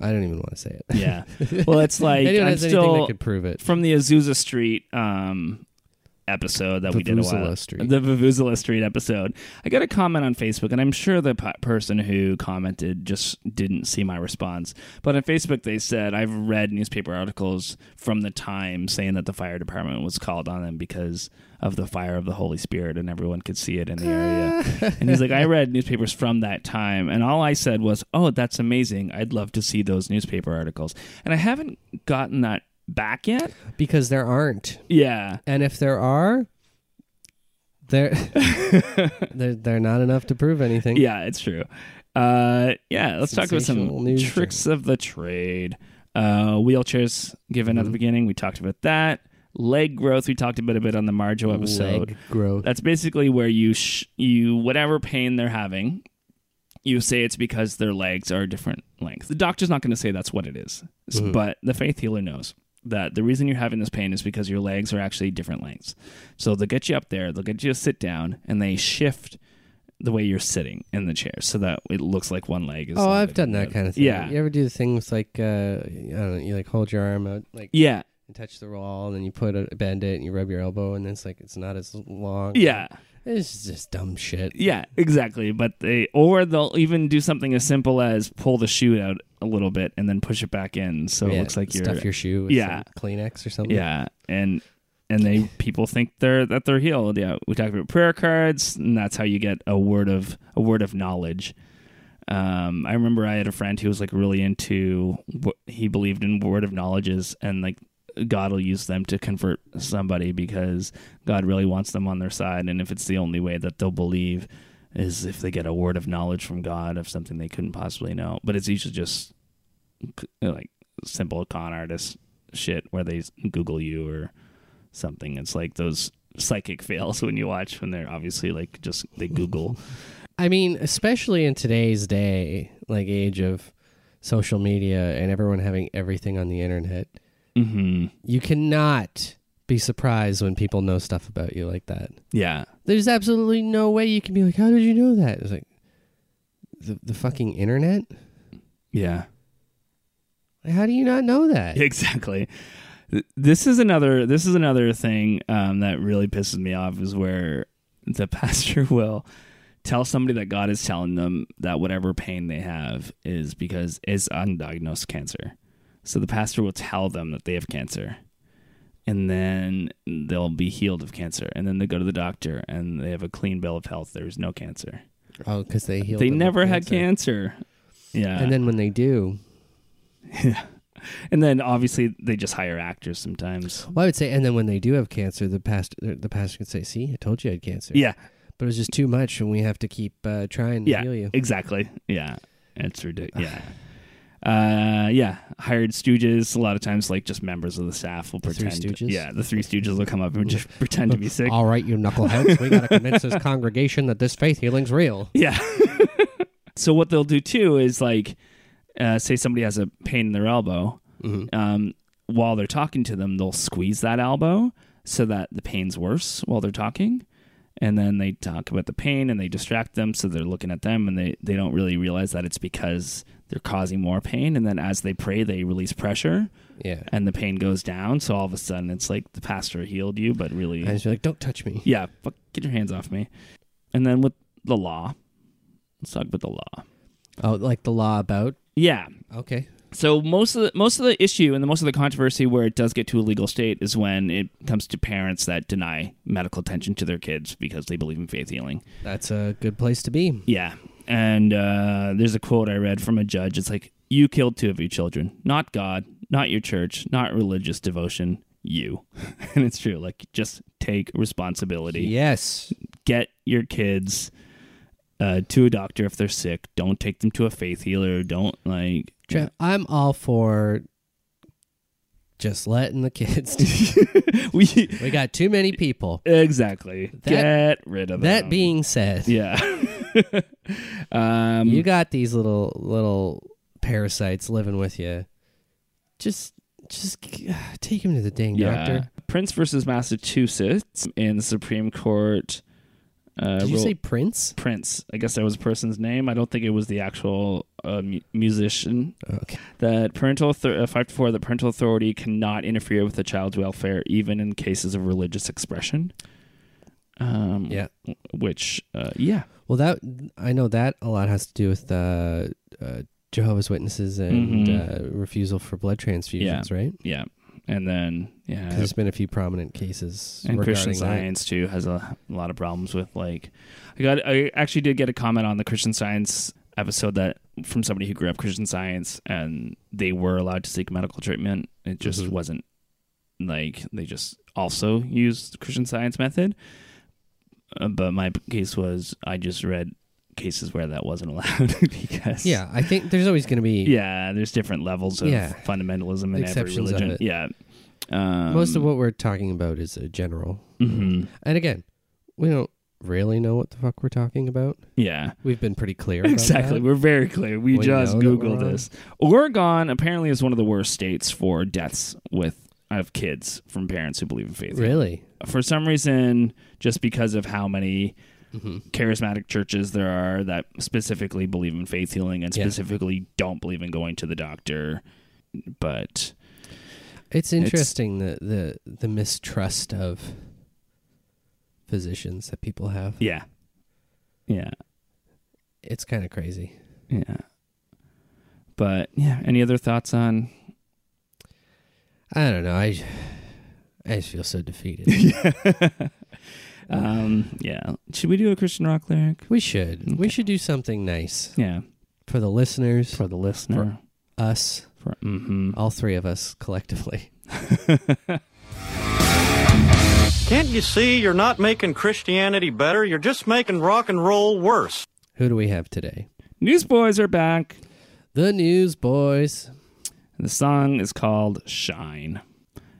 Speaker 2: I don't even want to say it.
Speaker 1: yeah. Well, it's like
Speaker 2: anyone
Speaker 1: I'm
Speaker 2: has anything that
Speaker 1: still
Speaker 2: could prove it.
Speaker 1: from the Azusa Street um, episode that we did a while.
Speaker 2: Vuvuzela Street.
Speaker 1: The Vuvuzela Street episode. I got a comment on Facebook, and I'm sure the po- person who commented just didn't see my response. But on Facebook, they said I've read newspaper articles from the time saying that the fire department was called on them because of the fire of the Holy Spirit, and everyone could see it in the area. and he's like, I read newspapers from that time, and all I said was, "Oh, that's amazing! I'd love to see those newspaper articles." And I haven't gotten that back yet.
Speaker 2: Because there aren't,
Speaker 1: Yeah.
Speaker 2: and if there are, there they're, they're not enough to prove anything.
Speaker 1: Yeah, it's true. Uh, yeah, let's talk about
Speaker 2: Sensational
Speaker 1: some
Speaker 2: news
Speaker 1: tricks of the trade. Uh, wheelchairs given
Speaker 2: Mm-hmm.
Speaker 1: at the beginning, we talked about that. Leg growth, we talked about a bit on the Marjo episode.
Speaker 2: Leg growth.
Speaker 1: That's basically where you sh- you whatever pain they're having, you say it's because their legs are a different length. The doctor's not going to say that's what it is, S-
Speaker 2: Mm-hmm.
Speaker 1: but the faith healer knows that the reason you're having this pain is because your legs are actually different lengths. So they'll get you up there, they'll get you to sit down, and they shift the way you're sitting in the chair so that it looks like one leg is.
Speaker 2: Oh,
Speaker 1: longer than
Speaker 2: I've done
Speaker 1: the
Speaker 2: that
Speaker 1: other.
Speaker 2: kind of thing.
Speaker 1: Yeah,
Speaker 2: You ever do the things like uh, I don't know, you like hold your arm out, like
Speaker 1: yeah,
Speaker 2: and touch the wall, and then you put a bend it, and you rub your elbow, and it's like it's not as long.
Speaker 1: yeah.
Speaker 2: It's just dumb shit.
Speaker 1: Yeah, exactly. But they or they'll even do something as simple as pull the shoe out a little bit and then push it back in, so it
Speaker 2: Yeah,
Speaker 1: looks like you're
Speaker 2: stuff your shoe. With
Speaker 1: Yeah.
Speaker 2: some Kleenex or something.
Speaker 1: yeah, and and they people think they're that they're healed. Yeah, we talked about prayer cards, and that's how you get a word of a word of knowledge. Um, I remember I had a friend who was like really into what he believed in word of knowledges and like God will use them to convert somebody because God really wants them on their side. And if it's the only way that they'll believe is if they get a word of knowledge from God of something they couldn't possibly know. But it's usually just c- like simple con artist shit where they s- Google you or something. It's like those psychic fails when you watch when they're obviously like just they Google.
Speaker 2: I mean, especially in today's day, like age of social media and everyone having everything on the internet,
Speaker 1: Mm-hmm.
Speaker 2: you cannot be surprised when people know stuff about you like that.
Speaker 1: Yeah.
Speaker 2: There's absolutely no way you can be like, how did you know that? It's like the the fucking internet.
Speaker 1: Yeah.
Speaker 2: Like, How do you not know that?
Speaker 1: Exactly. Th- This is another this is another thing um, that really pisses me off is where the pastor will tell somebody that God is telling them that whatever pain they have is because it's undiagnosed cancer. So the pastor will tell them that they have cancer. And then they'll be healed of cancer. And then they go to the doctor and they have a clean bill of health. There's no cancer.
Speaker 2: Oh, because they healed.
Speaker 1: They
Speaker 2: them of
Speaker 1: never had cancer. Yeah.
Speaker 2: And then when they do,
Speaker 1: and then obviously they just hire actors sometimes.
Speaker 2: well, I would say, and then when they do have cancer, the pastor the pastor could say, "See, I told you I had cancer."
Speaker 1: Yeah.
Speaker 2: but it was just too much, and we have to keep uh, trying to
Speaker 1: Yeah,
Speaker 2: heal you.
Speaker 1: exactly. Yeah, it's ridiculous. yeah, uh, yeah. Hired stooges. A lot of times, like just members of the staff will
Speaker 2: Three
Speaker 1: pretend.
Speaker 2: Stooges?
Speaker 1: Yeah, the three stooges will come up and just pretend to be sick.
Speaker 2: All right, you knuckleheads, we got to convince this congregation that this faith healing's real.
Speaker 1: Yeah. so what they'll do too is like, uh, say somebody has a pain in their elbow. Um, while they're talking to them, they'll squeeze that elbow so that the pain's worse while they're talking. And then they talk about the pain and they distract them. So they're looking at them and they, they don't really realize that it's because they're causing more pain. And then as they pray, they release pressure
Speaker 2: Yeah,
Speaker 1: and the pain goes down. So all of a sudden, it's like the pastor healed you, but really.
Speaker 2: and she's like, "Don't touch me."
Speaker 1: Yeah, fuck, get your hands off me. And then with the law, let's talk about the law.
Speaker 2: Oh, like the law about
Speaker 1: Yeah.
Speaker 2: okay.
Speaker 1: So most of the most of the issue and the most of the controversy where it does get to a legal state is when it comes to parents that deny medical attention to their kids because they believe in faith healing.
Speaker 2: That's a good place to be.
Speaker 1: Yeah. And uh, there's a quote I read from a judge. It's like, "You killed two of your children, not God, not your church, not religious devotion, you." and it's true. Like, just take responsibility.
Speaker 2: Yes.
Speaker 1: get your kids uh, to a doctor if they're sick. Don't take them to a faith healer. Don't like
Speaker 2: Trev, I'm all for just letting the kids. do-
Speaker 1: we
Speaker 2: we got too many people.
Speaker 1: exactly
Speaker 2: That-
Speaker 1: get rid of
Speaker 2: That
Speaker 1: them.
Speaker 2: being said,
Speaker 1: yeah. um,
Speaker 2: you got these little little parasites living with you. Just just g- take him to the dang
Speaker 1: yeah.
Speaker 2: doctor.
Speaker 1: Prince versus Massachusetts in the Supreme Court. Uh,
Speaker 2: Did you
Speaker 1: ruled-
Speaker 2: say Prince?
Speaker 1: Prince? I guess that was a person's name. I don't think it was the actual uh, mu- musician.
Speaker 2: Okay.
Speaker 1: that parental author- uh, five to four that parental authority cannot interfere with the child's welfare even in cases of religious expression um
Speaker 2: Yeah.
Speaker 1: which uh yeah
Speaker 2: Well, that I know that a lot has to do with uh, uh, Jehovah's Witnesses and uh, refusal for blood transfusions, right?
Speaker 1: Mm-hmm. yeah and then
Speaker 2: Because
Speaker 1: yeah
Speaker 2: there's been a few prominent cases
Speaker 1: and
Speaker 2: regarding
Speaker 1: Christian
Speaker 2: that.
Speaker 1: Science too has a, a lot of problems with like I got I actually did get a comment on the Christian Science episode that from somebody who grew up Christian Science and they were allowed to seek medical treatment it just
Speaker 2: Mm-hmm.
Speaker 1: wasn't like they just also used the Christian Science method Uh, but my case was I just read cases where that wasn't allowed because
Speaker 2: Yeah, I think there's always going to be
Speaker 1: yeah there's different levels of
Speaker 2: Yeah.
Speaker 1: fundamentalism in every
Speaker 2: Exceptions of
Speaker 1: religion
Speaker 2: it.
Speaker 1: yeah um,
Speaker 2: most of what we're talking about is a general.
Speaker 1: mhm.
Speaker 2: And again, we don't really know what the fuck we're talking about.
Speaker 1: yeah
Speaker 2: We've been pretty clear. about
Speaker 1: Exactly.
Speaker 2: that.
Speaker 1: We're very clear. We,
Speaker 2: We
Speaker 1: just
Speaker 2: know that we're
Speaker 1: Googled
Speaker 2: wrong.
Speaker 1: this. Oregon apparently is one of the worst states for deaths with of kids from parents who believe in faith.
Speaker 2: Really?
Speaker 1: For some reason, just because of how many
Speaker 2: Mm-hmm.
Speaker 1: charismatic churches there are that specifically believe in faith healing and
Speaker 2: Yeah.
Speaker 1: specifically don't believe in going to the doctor. But
Speaker 2: It's interesting the, the the mistrust of physicians that people have.
Speaker 1: yeah. Yeah.
Speaker 2: It's kind of crazy.
Speaker 1: Yeah. But yeah, any other thoughts on
Speaker 2: I don't know. I I just feel so defeated.
Speaker 1: um yeah. Should we do a Christian rock lyric?
Speaker 2: we should we should do something nice
Speaker 1: Yeah.
Speaker 2: for the listeners,
Speaker 1: For the listener.
Speaker 2: us,
Speaker 1: For, mm-hmm.
Speaker 2: all three of us collectively.
Speaker 3: Can't you see you're not making Christianity better? You're just making rock and roll worse.
Speaker 2: Who do we have today?
Speaker 1: Newsboys are back.
Speaker 2: The Newsboys.
Speaker 1: The song is called Shine.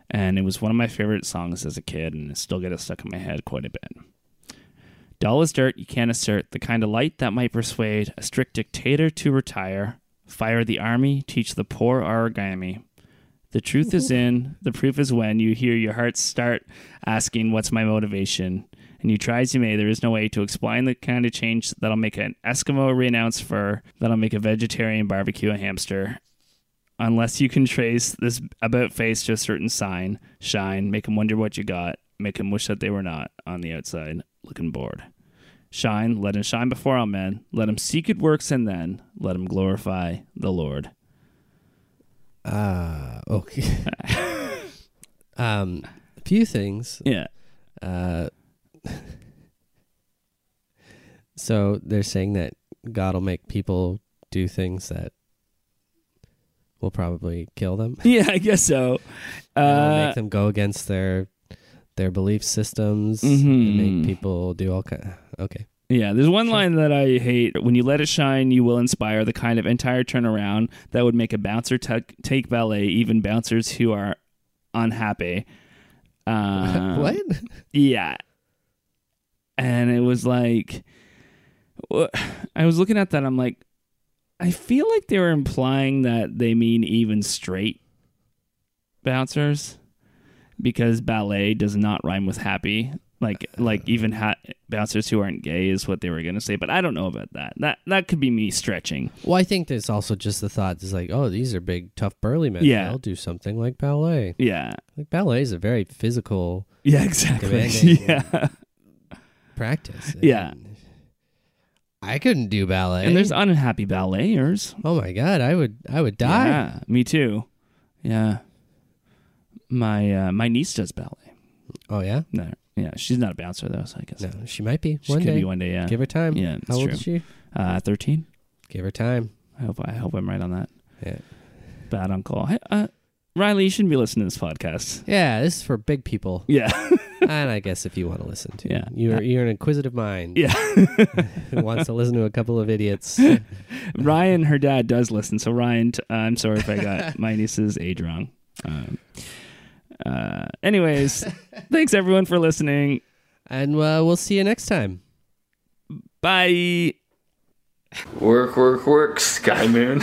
Speaker 1: And it was one of my favorite songs as a kid, and I still get it stuck in my head quite a bit. Dull as dirt, you can't assert the kind of light that might persuade a strict dictator to retire Fire the army, teach the poor origami. The truth is in, the proof is when you hear your heart start asking, What's my motivation? And you try as you may, there is no way to explain the kind of change that'll make an Eskimo renounce fur, that'll make a vegetarian barbecue a hamster. Unless you can trace this about face to a certain sign, shine, make them wonder what you got, make them wish that they were not on the outside, looking bored. Shine, let him shine before all men, let him see good works, and then let him glorify the Lord.
Speaker 2: Ah, okay. um, a few things.
Speaker 1: Yeah.
Speaker 2: Uh, so they're saying that God will make people do things that will probably kill them.
Speaker 1: Yeah, I guess so.
Speaker 2: It'll
Speaker 1: Uh,
Speaker 2: make them go against their their belief systems.
Speaker 1: Mhm.
Speaker 2: It'll Make people do all kind. okay.
Speaker 1: yeah, there's one line that I hate. When you let it shine, you will inspire the kind of entire turnaround that would make a bouncer ta- take ballet, even bouncers who are unhappy. Uh,
Speaker 2: what?
Speaker 1: Yeah. And it was like, wh- I was looking at that. I'm like, I feel like they were implying that they mean even straight bouncers because ballet does not rhyme with happy. Like, like even ha- bouncers who aren't gay is what they were gonna say, but I don't know about that. That that could be me stretching.
Speaker 2: Well, I think there's also just the thought is like, oh, these are big, tough, burly men.
Speaker 1: Yeah.
Speaker 2: They'll do something like ballet.
Speaker 1: Yeah,
Speaker 2: Like ballet is a very physical
Speaker 1: yeah, exactly.
Speaker 2: Demanding.
Speaker 1: Yeah,
Speaker 2: practice.
Speaker 1: Yeah.
Speaker 2: And I couldn't do ballet.
Speaker 1: and there's unhappy balleters.
Speaker 2: oh my god, I would I would die.
Speaker 1: Yeah, me too. Yeah. My uh, my niece does ballet.
Speaker 2: Oh yeah.
Speaker 1: No, yeah, she's not a bouncer though, so I guess
Speaker 2: No, she might be
Speaker 1: she
Speaker 2: one
Speaker 1: could
Speaker 2: day.
Speaker 1: be one day. Yeah,
Speaker 2: Give her time.
Speaker 1: Yeah, that's
Speaker 2: How old
Speaker 1: true.
Speaker 2: is she?
Speaker 1: uh, thirteen.
Speaker 2: Give her time.
Speaker 1: I hope I hope I'm right on that.
Speaker 2: Yeah.
Speaker 1: Bad uncle. Hey, uh, Riley, you shouldn't be listening to this podcast.
Speaker 2: Yeah, this is for big people,
Speaker 1: Yeah,
Speaker 2: and I guess if you want to listen to,
Speaker 1: Yeah.
Speaker 2: you're you're an inquisitive mind
Speaker 1: yeah.
Speaker 2: who wants to listen to a couple of idiots.
Speaker 1: Ryan, her dad does listen. So Ryan, t- uh, I'm sorry if I got my niece's age wrong. Um, uh, anyways, thanks everyone for listening.
Speaker 2: and uh, we'll see you next time.
Speaker 1: Bye.
Speaker 4: Work, work, work, Sky Moon.